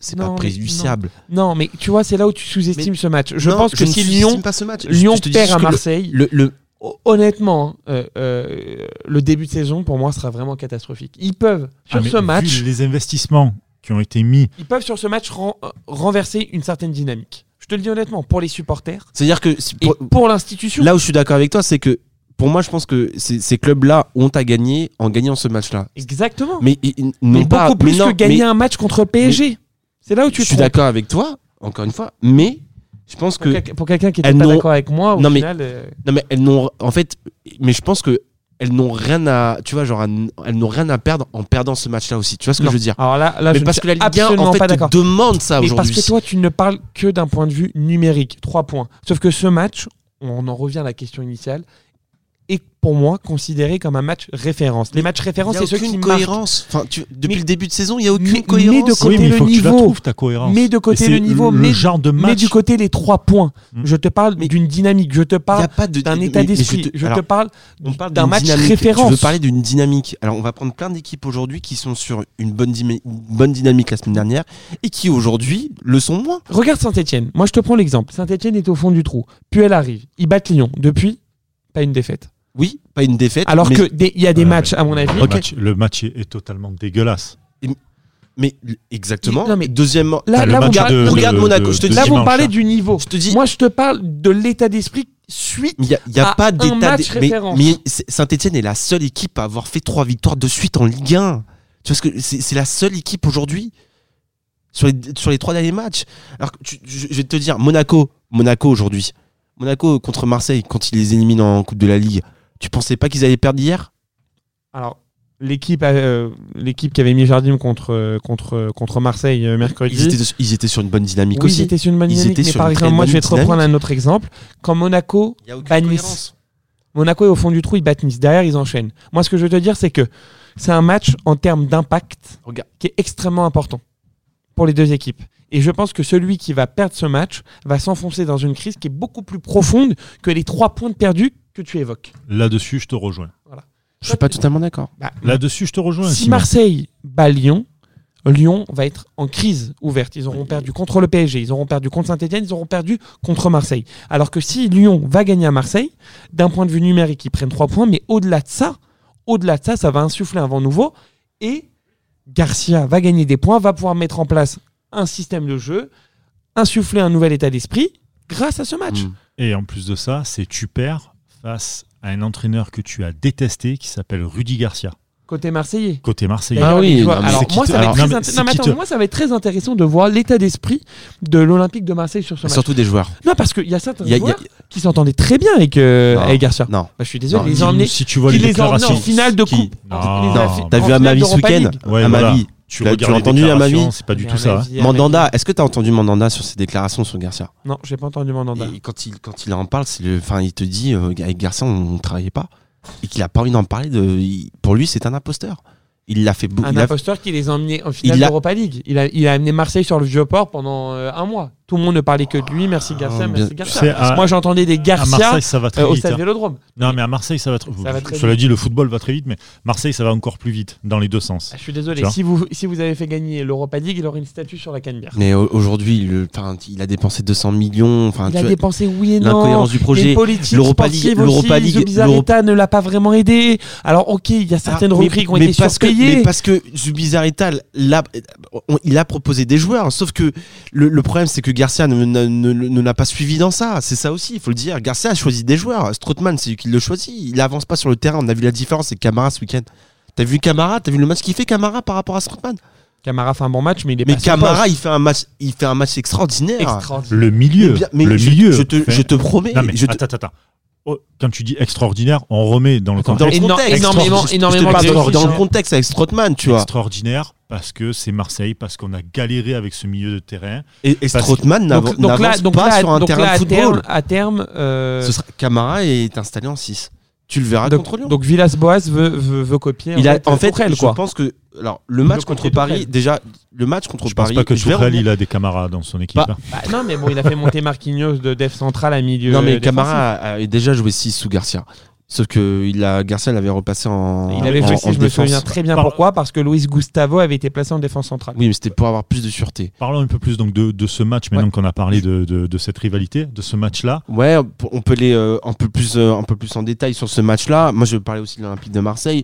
Speaker 4: c'est
Speaker 3: Non,
Speaker 4: pas
Speaker 3: mais-
Speaker 4: préjudiciable.
Speaker 3: Non, mais tu vois, c'est là où tu sous-estimes
Speaker 4: Mais-
Speaker 3: ce match. Je
Speaker 4: Non,
Speaker 3: pense que
Speaker 4: ne
Speaker 3: si
Speaker 4: sous-estime
Speaker 3: Lyon,
Speaker 4: pas ce match. Je-
Speaker 3: Lyon
Speaker 4: je te dis
Speaker 3: perd
Speaker 4: juste
Speaker 3: à
Speaker 4: que le-
Speaker 3: Marseil,
Speaker 4: le- le,
Speaker 3: hon- honnêtement, euh, euh, le début de saison, pour moi, sera vraiment catastrophique. Ils peuvent, sur
Speaker 2: Ah, mais
Speaker 3: ce
Speaker 2: vu
Speaker 3: match,
Speaker 2: les investissements qui ont été mis,
Speaker 3: ils peuvent, sur ce match, ren- euh, renverser une certaine dynamique. Je te le dis honnêtement, pour les supporters
Speaker 4: C'est-à-dire que c'est-
Speaker 3: et
Speaker 4: pour-
Speaker 3: pour l'institution.
Speaker 4: là où je suis d'accord avec toi, c'est que pour moi, je pense que ces, ces clubs-là ont à gagner en gagnant ce match-là.
Speaker 3: Exactement. Mais,
Speaker 4: Mais ils- ils n'ont pas.
Speaker 3: beaucoup plus
Speaker 4: mais non,
Speaker 3: que gagner
Speaker 4: mais
Speaker 3: un match contre le PSG. C'est là où tu te
Speaker 4: Je suis
Speaker 3: trompes.
Speaker 4: d'accord avec toi, encore une fois, mais je pense
Speaker 3: Pour
Speaker 4: que.
Speaker 3: quelqu'un- Pour quelqu'un qui
Speaker 4: Elles
Speaker 3: n'était pas
Speaker 4: n'ont-
Speaker 3: d'accord avec moi, au
Speaker 4: Non, mais-
Speaker 3: final. euh,
Speaker 4: Non, mais elles n'ont. En fait, mais je pense que. Elles n'ont rien à, tu vois, genre, elles n'ont rien à perdre en perdant ce match-là aussi. Tu vois ce que
Speaker 3: non.
Speaker 4: je veux dire
Speaker 3: Alors là, là
Speaker 4: Mais
Speaker 3: je
Speaker 4: parce
Speaker 3: ne
Speaker 4: que la
Speaker 3: suis
Speaker 4: Ligue 1 en
Speaker 3: absolument
Speaker 4: fait
Speaker 3: pas
Speaker 4: te
Speaker 3: d'accord.
Speaker 4: demande ça
Speaker 3: Mais parce
Speaker 4: aujourd'hui.
Speaker 3: que toi, tu ne parles que d'un point de vue numérique, trois points. Sauf que ce match, on en revient à la question initiale, est pour moi considéré comme un match référence. Les matchs références,
Speaker 4: Il y a
Speaker 3: c'est ceux qui
Speaker 4: aucune
Speaker 3: marquent.
Speaker 4: cohérence. Enfin, tu-
Speaker 3: Mais-
Speaker 4: depuis le début de saison, il y a
Speaker 3: mais- mais
Speaker 4: aucune
Speaker 3: de
Speaker 4: cohérence.
Speaker 3: côté
Speaker 2: oui, mais il
Speaker 3: le
Speaker 2: faut que tu la
Speaker 3: niveau.
Speaker 2: trouves ta cohérence.
Speaker 3: Mais de côté
Speaker 2: Et
Speaker 3: le
Speaker 2: c'est
Speaker 3: niveau,
Speaker 2: le
Speaker 3: mais-
Speaker 2: genre de
Speaker 3: Mais
Speaker 2: match.
Speaker 3: du côté les trois points,
Speaker 2: Mm.
Speaker 3: je te parle
Speaker 4: Hmm. Mais-
Speaker 3: d'une dynamique, je te
Speaker 4: Il n'y
Speaker 3: parle
Speaker 4: a pas de.
Speaker 3: d'un
Speaker 4: mais-
Speaker 3: état
Speaker 4: mais je
Speaker 3: d'esprit, je,
Speaker 4: te- alors,
Speaker 3: te parle
Speaker 4: On parle
Speaker 3: d'un
Speaker 4: d'une
Speaker 3: match
Speaker 4: dynamique.
Speaker 3: référence.
Speaker 4: Tu veux parler d'une dynamique. Alors, on va prendre plein d'équipes aujourd'hui qui sont sur une bonne, dymi- une bonne dynamique la semaine dernière et qui aujourd'hui le sont moins.
Speaker 3: Regarde Saint-Etienne. Moi, je te prends l'exemple. Saint-Etienne est au fond du trou. Puis elle arrive. Ils battent Lyon. Depuis, pas une défaite.
Speaker 4: Oui, pas une défaite.
Speaker 3: Alors
Speaker 4: mais,
Speaker 3: que des- il y a des
Speaker 2: Ouais,
Speaker 3: matchs, à mon avis,
Speaker 2: Le match, le match est, est totalement dégueulasse.
Speaker 4: Mais exactement.
Speaker 3: Non, mais-
Speaker 4: Deuxièmement,
Speaker 3: Là-
Speaker 2: Ah, le
Speaker 3: là, vous
Speaker 2: match
Speaker 3: parlez-
Speaker 2: de-
Speaker 4: regarde
Speaker 2: de-
Speaker 4: Monaco,
Speaker 2: de-
Speaker 4: je te
Speaker 2: de
Speaker 4: dis-
Speaker 3: Là, vous
Speaker 2: dimanche,
Speaker 3: parlez
Speaker 2: hein.
Speaker 3: du niveau.
Speaker 4: je te dis,
Speaker 3: Moi, je te parle de l'état d'esprit suite.
Speaker 4: il n'y a, il y a
Speaker 3: à
Speaker 4: pas
Speaker 3: un
Speaker 4: d'état.
Speaker 3: match
Speaker 4: d'é- Mais,
Speaker 3: référence.
Speaker 4: mais c'est- Saint-Etienne est la seule équipe à avoir fait trois victoires de suite en Ligue 1. Tu vois ce que c'est c'est la seule équipe aujourd'hui sur les, sur les trois derniers matchs. Alors que tu- je, je vais te dire Monaco, Monaco aujourd'hui. Monaco contre Marseille quand ils les éliminent en Coupe de la Ligue. Tu pensais pas qu'ils allaient perdre hier
Speaker 3: Alors, l'équipe, euh, l'équipe qui avait mis Jardim contre, euh, contre, euh, contre Marseille euh, mercredi.
Speaker 4: ils étaient, ils étaient sur une bonne
Speaker 3: oui,
Speaker 4: dynamique
Speaker 3: ils
Speaker 4: aussi.
Speaker 3: étaient sur une bonne
Speaker 4: Ils
Speaker 3: dynamique,
Speaker 4: étaient
Speaker 3: mais
Speaker 4: sur
Speaker 3: par
Speaker 4: une très
Speaker 3: exemple, moi je vais te
Speaker 4: bonne
Speaker 3: reprendre un autre exemple. Quand Monaco,
Speaker 4: Il y a aucune
Speaker 3: Bah, Nice.
Speaker 4: cohérence.
Speaker 3: Monaco est au fond du trou, ils battent Nice. Derrière, ils enchaînent. Moi, ce que je veux te dire, c'est que c'est un match en termes d'impact
Speaker 4: Regarde.
Speaker 3: qui est extrêmement important pour les deux équipes. Et je pense que celui qui va perdre ce match va s'enfoncer dans une crise qui est beaucoup plus profonde que les trois points de perdu que tu évoques.
Speaker 2: Là-dessus, je te rejoins.
Speaker 4: Je suis pas totalement d'accord.
Speaker 3: Bah,
Speaker 2: Là-dessus, je te rejoins.
Speaker 3: si
Speaker 2: Simon.
Speaker 3: Marseille bat Lyon, Lyon va être en crise ouverte. Ils auront perdu contre le PSG, ils auront perdu contre Saint-Etienne, ils auront perdu contre Marseille. Alors que si Lyon va gagner à Marseille, d'un point de vue numérique, ils prennent 3 points, mais au-delà de ça, au-delà de ça, ça va insuffler un vent nouveau et Garcia va gagner des points, va pouvoir mettre en place un système de jeu, insuffler un nouvel état d'esprit grâce à ce match.
Speaker 4: Mm.
Speaker 2: Et en plus de ça, c'est tu perds face à un entraîneur que tu as détesté qui s'appelle Rudy Garcia,
Speaker 3: Côté marseillais.
Speaker 2: côté Marseillais.
Speaker 4: Ah oui,
Speaker 3: les joueurs-
Speaker 4: non, mais
Speaker 3: alors,
Speaker 2: c'est qui
Speaker 3: moi,
Speaker 2: te-
Speaker 3: ça va être
Speaker 2: alors,
Speaker 3: très
Speaker 2: non, mais
Speaker 3: int-
Speaker 2: c'est
Speaker 3: non, mais
Speaker 2: qui
Speaker 3: attends,
Speaker 2: te-
Speaker 3: moi, ça va être très intéressant de voir l'état d'esprit de l'Olympique de Marseille sur ce match.
Speaker 4: Surtout des joueurs.
Speaker 3: Non, parce qu'il y a certains
Speaker 4: Il y a- il y a-
Speaker 3: joueurs qui s'entendaient très bien avec, euh,
Speaker 4: Non.
Speaker 3: avec Garcia.
Speaker 4: Non.
Speaker 3: Bah, je suis désolé,
Speaker 4: Non,
Speaker 3: ils les
Speaker 2: Si-
Speaker 3: ont emmenés-
Speaker 2: si tu vois
Speaker 3: qui
Speaker 2: les
Speaker 3: les a emmenés
Speaker 2: déclarations,
Speaker 3: en finale de
Speaker 4: Qui-
Speaker 3: coupe.
Speaker 2: Non.
Speaker 3: Qui les a fait-
Speaker 4: T'as
Speaker 3: en
Speaker 4: vu à
Speaker 3: finale
Speaker 4: Mavi ce
Speaker 3: d'Europa
Speaker 4: week-end
Speaker 3: League.
Speaker 2: Ouais,
Speaker 4: À
Speaker 2: voilà.
Speaker 4: Mavi.
Speaker 2: tu
Speaker 4: Là,
Speaker 2: regardes
Speaker 4: tu l'as
Speaker 2: les
Speaker 4: entendu, la
Speaker 2: déclarations,
Speaker 4: mamie
Speaker 2: C'est pas du
Speaker 3: Mais
Speaker 2: tout
Speaker 3: à
Speaker 2: ça.
Speaker 3: ma
Speaker 2: hein.
Speaker 3: vie, à ma
Speaker 4: Mandanda,
Speaker 3: vie.
Speaker 4: est-ce que t'as entendu Mandanda sur ses déclarations sur Garcia
Speaker 3: Non, j'ai pas entendu Mandanda.
Speaker 4: Et quand il, quand il en parle, c'est le, enfin, il te dit euh, avec Garcia, on ne travaillait pas et qu'il a pas envie d'en parler. De, il- pour lui, c'est un imposteur. Il l'a fait. beau-
Speaker 3: Un
Speaker 4: il a-
Speaker 3: imposteur qui les a emmenés en finale
Speaker 4: Il a-
Speaker 3: d'Europa League. Il a, il a amené Marseille sur le vieux port pendant euh, un mois. Tout le monde ne parlait que de lui. Merci Garcia,
Speaker 4: Ah,
Speaker 3: merci
Speaker 4: bien-
Speaker 2: Tu
Speaker 3: Garcia.
Speaker 2: sais, à,
Speaker 3: Moi, j'entendais des
Speaker 2: à
Speaker 3: Garcia
Speaker 2: Marseille, ça va très
Speaker 3: euh, au
Speaker 2: vite.
Speaker 3: stade
Speaker 2: hein.
Speaker 3: Vélodrome.
Speaker 2: Non, mais à Marseille, ça va très
Speaker 3: Ça va très
Speaker 2: Cela
Speaker 3: vite.
Speaker 2: dit, le football va très vite, mais Marseille, ça va encore plus vite dans les deux sens.
Speaker 3: Ah, Je suis désolé.
Speaker 2: Tu vois
Speaker 3: Si vous, si vous avez fait gagner l'Europa League, il aurait une statue sur la canne
Speaker 4: Mais au- aujourd'hui, le- enfin, il a dépensé 200 millions. Enfin,
Speaker 3: Il
Speaker 4: tu
Speaker 3: a
Speaker 4: vois,
Speaker 3: dépensé oui et non.
Speaker 4: l'incohérence
Speaker 3: Il
Speaker 4: du
Speaker 3: y a une
Speaker 4: projet.
Speaker 3: politique
Speaker 4: l'Europa League-
Speaker 3: sportive
Speaker 4: l'Europa
Speaker 3: aussi,
Speaker 4: League-
Speaker 3: Zubizarreta ne l'a pas vraiment aidé. Alors ok, il y a certaines
Speaker 4: Ah, mais-
Speaker 3: rubriques qui ont
Speaker 4: mais
Speaker 3: été
Speaker 4: parce que, mais
Speaker 3: surpayées.
Speaker 4: parce que Zubizarreta, l'a- on- il a proposé des joueurs. Sauf que le, le problème, c'est que Garcia ne ne- ne- ne l'a pas suivi dans ça. C'est ça aussi, il faut le dire. Garcia a choisi des joueurs. Strootman, c'est lui qui le choisit. Il avance pas sur le terrain. On a vu la différence avec Camara ce week-end. T'as vu Camara T'as vu le match qu'il fait Camara par rapport à Strootman
Speaker 2: Ah,
Speaker 3: Camara fait un bon match, mais il est
Speaker 4: Mais
Speaker 3: pas sur
Speaker 4: Camara, il fait un match, il fait un match extraordinaire.
Speaker 3: poste. extraordinaire.
Speaker 2: Le milieu.
Speaker 4: Eh bien, mais
Speaker 2: le
Speaker 4: je,
Speaker 2: milieu.
Speaker 4: je te,
Speaker 2: fait-
Speaker 4: je te promets.
Speaker 2: Non, mais
Speaker 4: je te-
Speaker 2: attends, attends. attends. Oh, quand tu dis extraordinaire, on remet dans le
Speaker 4: Attends,
Speaker 2: contexte.
Speaker 3: Éno-
Speaker 4: contexte.
Speaker 3: énormément,
Speaker 4: Je- je te
Speaker 3: énormément
Speaker 4: parle
Speaker 3: de
Speaker 4: dans,
Speaker 3: réussite,
Speaker 4: dans le
Speaker 3: hein.
Speaker 4: contexte avec Strootman, tu vois.
Speaker 2: Extraordinaire parce que c'est Marseille, parce qu'on a galéré avec ce milieu de terrain.
Speaker 4: Et, et
Speaker 2: Parce-
Speaker 4: Strootman n'av-
Speaker 3: Donc, donc là,
Speaker 4: n'avance
Speaker 3: donc
Speaker 4: pas
Speaker 3: là,
Speaker 4: sur un
Speaker 3: donc
Speaker 4: terrain
Speaker 3: là,
Speaker 4: de
Speaker 3: à
Speaker 4: football.
Speaker 3: terme, à terme, euh,
Speaker 4: Ce sera- Camara est installé en 6. Tu le verras
Speaker 3: donc,
Speaker 4: contre Lyon.
Speaker 3: donc Villas-Boas veut, veut, veut copier. euh,
Speaker 4: il a, en fait,
Speaker 3: Tourelle,
Speaker 4: je
Speaker 3: quoi.
Speaker 4: pense que alors le match
Speaker 3: Le
Speaker 4: contre
Speaker 3: côté
Speaker 4: Paris,
Speaker 3: Tourelle.
Speaker 4: déjà le match contre
Speaker 2: Je pense
Speaker 4: Paris.
Speaker 2: pas que
Speaker 4: je vais
Speaker 2: Tourelle,
Speaker 4: revenir-
Speaker 2: il a des camarades dans son équipe.
Speaker 4: Bah,
Speaker 2: hein.
Speaker 3: Bah, non, mais bon, il a fait monter Marquinhos de Dev Central à milieu.
Speaker 4: Non mais
Speaker 3: euh, défensif.
Speaker 4: Camara a, a déjà joué 6 sous Garcia. Sauf que il a Garcia l'avait repassé en
Speaker 3: Il avait
Speaker 4: en-
Speaker 3: joué,
Speaker 4: en
Speaker 3: si je me
Speaker 4: défense.
Speaker 3: souviens très bien
Speaker 2: Par-
Speaker 3: pourquoi, parce que Luis Gustavo avait été placé en défense centrale.
Speaker 4: Oui, mais c'était pour avoir plus de sûreté.
Speaker 2: Parlons un peu plus donc de, de ce match, maintenant qu'on a parlé de, de- de cette rivalité, de ce match-là.
Speaker 4: Ouais, on peut les euh, un peu plus euh, un peu plus en détail sur ce match-là. Moi, je vais parler aussi de l'Olympique de Marseille.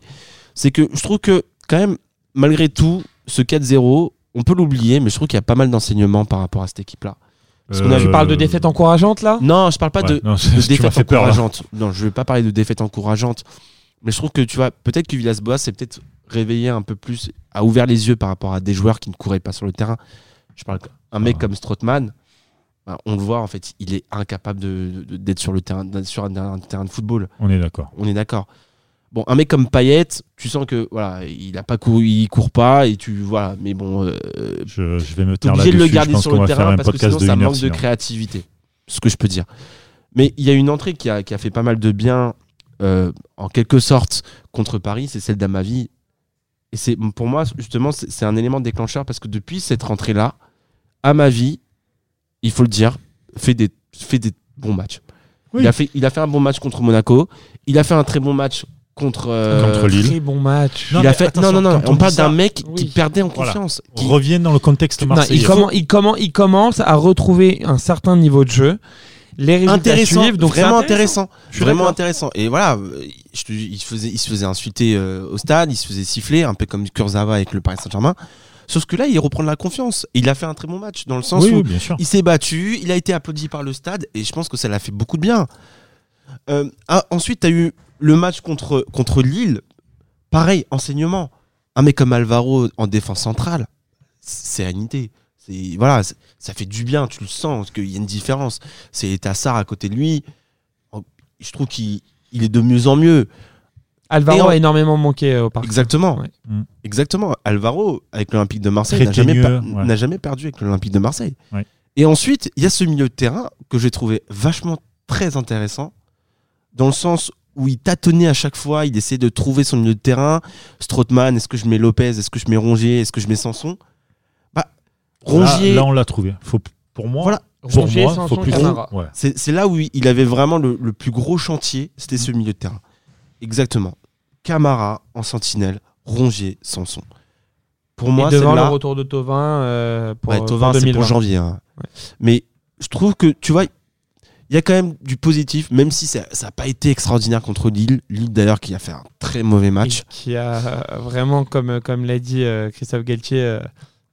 Speaker 4: C'est que je trouve que quand même malgré tout ce 4-0, on peut l'oublier, mais je trouve qu'il y a pas mal d'enseignements par rapport à cette équipe-là. Parce qu'on a-
Speaker 3: Tu parles de défaite encourageante là
Speaker 4: Euh, Non, je parle pas de,
Speaker 2: Euh, Ouais, non,
Speaker 4: de
Speaker 2: tu m'as
Speaker 4: défaite
Speaker 2: fait peur, là.
Speaker 4: encourageante. non, je vais pas parler de défaite encourageante. Mais je trouve que tu vois, peut-être que Villas-Boas s'est peut-être réveillé un peu plus, a ouvert les yeux par rapport à des joueurs qui ne couraient pas sur le terrain. Je parle un mec
Speaker 2: Ah.
Speaker 4: comme Strootman, bah, on le voit en fait, il est incapable de- de- d'être sur le terrain, d'être sur un, un terrain de football.
Speaker 2: On est d'accord.
Speaker 4: On est d'accord. Bon, un mec comme Payet, tu sens que voilà, il a pas couru, il court pas et tu voilà. Mais bon, euh,
Speaker 2: Je, je vais me
Speaker 4: T'es
Speaker 2: taire là-dessus.
Speaker 4: obligé de le
Speaker 2: je
Speaker 4: garder
Speaker 2: pense
Speaker 4: sur
Speaker 2: qu'on
Speaker 4: le
Speaker 2: va faire
Speaker 4: terrain
Speaker 2: un
Speaker 4: parce que sinon
Speaker 2: podcast de
Speaker 4: ça
Speaker 2: une heure
Speaker 4: manque de
Speaker 2: sinon.
Speaker 4: créativité. Ce que je peux dire. Mais il y a une entrée qui a, qui a fait pas mal de bien, euh, en quelque sorte, contre Paris, c'est celle d'Amavi. Et c'est pour moi, justement, c'est c'est un élément déclencheur parce que depuis cette rentrée-là, Amavi, il faut le dire, fait des, fait des bons matchs.
Speaker 2: Oui.
Speaker 4: Il, a fait, il a fait un bon match contre Monaco, il a fait un très bon match contre. euh,
Speaker 2: Contre Lille.
Speaker 3: Très bon match.
Speaker 2: Non,
Speaker 4: il a
Speaker 2: mais
Speaker 4: fait, non,
Speaker 2: attention,
Speaker 4: non, non,
Speaker 2: quand on
Speaker 4: on parle
Speaker 2: dit ça-
Speaker 4: d'un mec qui
Speaker 3: Oui.
Speaker 4: perdait en
Speaker 2: Voilà.
Speaker 4: confiance. qui-
Speaker 2: Reviens dans le contexte
Speaker 3: Non, il,
Speaker 2: marseillais.
Speaker 3: commen- il, commen- il commence à retrouver un certain niveau de jeu. Les résultats
Speaker 4: intéressant,
Speaker 3: suivent, donc c'est
Speaker 4: vraiment intéressant.
Speaker 3: Je suis
Speaker 4: vraiment
Speaker 3: d'accord.
Speaker 4: intéressant. Et voilà, euh, je te- il, se faisait, il se faisait insulter euh, au stade, il se faisait siffler, un peu comme Kurzawa avec le Paris Saint-Germain. Sauf que là, il reprend de la confiance. Il a fait un très bon match, dans le sens
Speaker 2: Oui,
Speaker 4: où
Speaker 2: oui, bien sûr.
Speaker 4: il s'est battu, il a été applaudi par le stade, et je pense que ça l'a fait beaucoup de bien. Euh, ah, ensuite, tu as eu le match contre, contre Lille. Pareil, enseignement. Un mec comme Alvaro en défense centrale, c'est une idée. C'est- Voilà, c'est- ça fait du bien, tu le sens, parce qu'il y a une différence. C'est Tassar à côté de lui. En- Je trouve qu'il il est de mieux en mieux.
Speaker 3: Alvaro
Speaker 4: Et en-
Speaker 3: a énormément manqué euh, au parc.
Speaker 4: Exactement.
Speaker 3: Ouais.
Speaker 2: Mm.
Speaker 4: Exactement. Alvaro, avec l'Olympique de Marseille,
Speaker 2: Très
Speaker 4: n'a jamais,
Speaker 2: teigneux,
Speaker 4: per-
Speaker 2: ouais.
Speaker 4: n'a jamais perdu avec l'Olympique de Marseille.
Speaker 2: Ouais.
Speaker 4: Et ensuite, il y a ce milieu de terrain que j'ai trouvé vachement très intéressant, dans le sens où il tâtonnait à chaque fois, il essayait de trouver son milieu de terrain. Strootman, est-ce que je mets Lopez, est-ce que je mets Rongier, est-ce que je mets Sanson bah, Rongier,
Speaker 2: Là, là, on l'a trouvé. Faut, pour moi,
Speaker 4: Voilà.
Speaker 2: pour
Speaker 3: Rongier,
Speaker 2: moi,
Speaker 3: Sanson,
Speaker 2: faut plus.
Speaker 3: Camara.
Speaker 2: Ouais.
Speaker 4: c'est c'est là où il avait vraiment le, le plus gros chantier, c'était
Speaker 2: Mm.
Speaker 4: ce milieu de terrain. Exactement. Camara en sentinelle, Rongier, Sanson. Pour moi,
Speaker 3: Et devant le
Speaker 4: celle-là-
Speaker 3: retour de Tovin euh, pour,
Speaker 4: Ouais, Thauvin,
Speaker 3: pour
Speaker 4: c'est pour
Speaker 3: 2020.
Speaker 4: janvier. hein.
Speaker 3: Ouais.
Speaker 4: Mais je trouve que, tu vois, il y a quand même du positif, même si ça n'a pas été extraordinaire contre Lille. Lille, d'ailleurs, qui a fait un très mauvais match.
Speaker 3: Et qui a euh, vraiment, comme, comme l'a dit euh, Christophe Galtier, euh,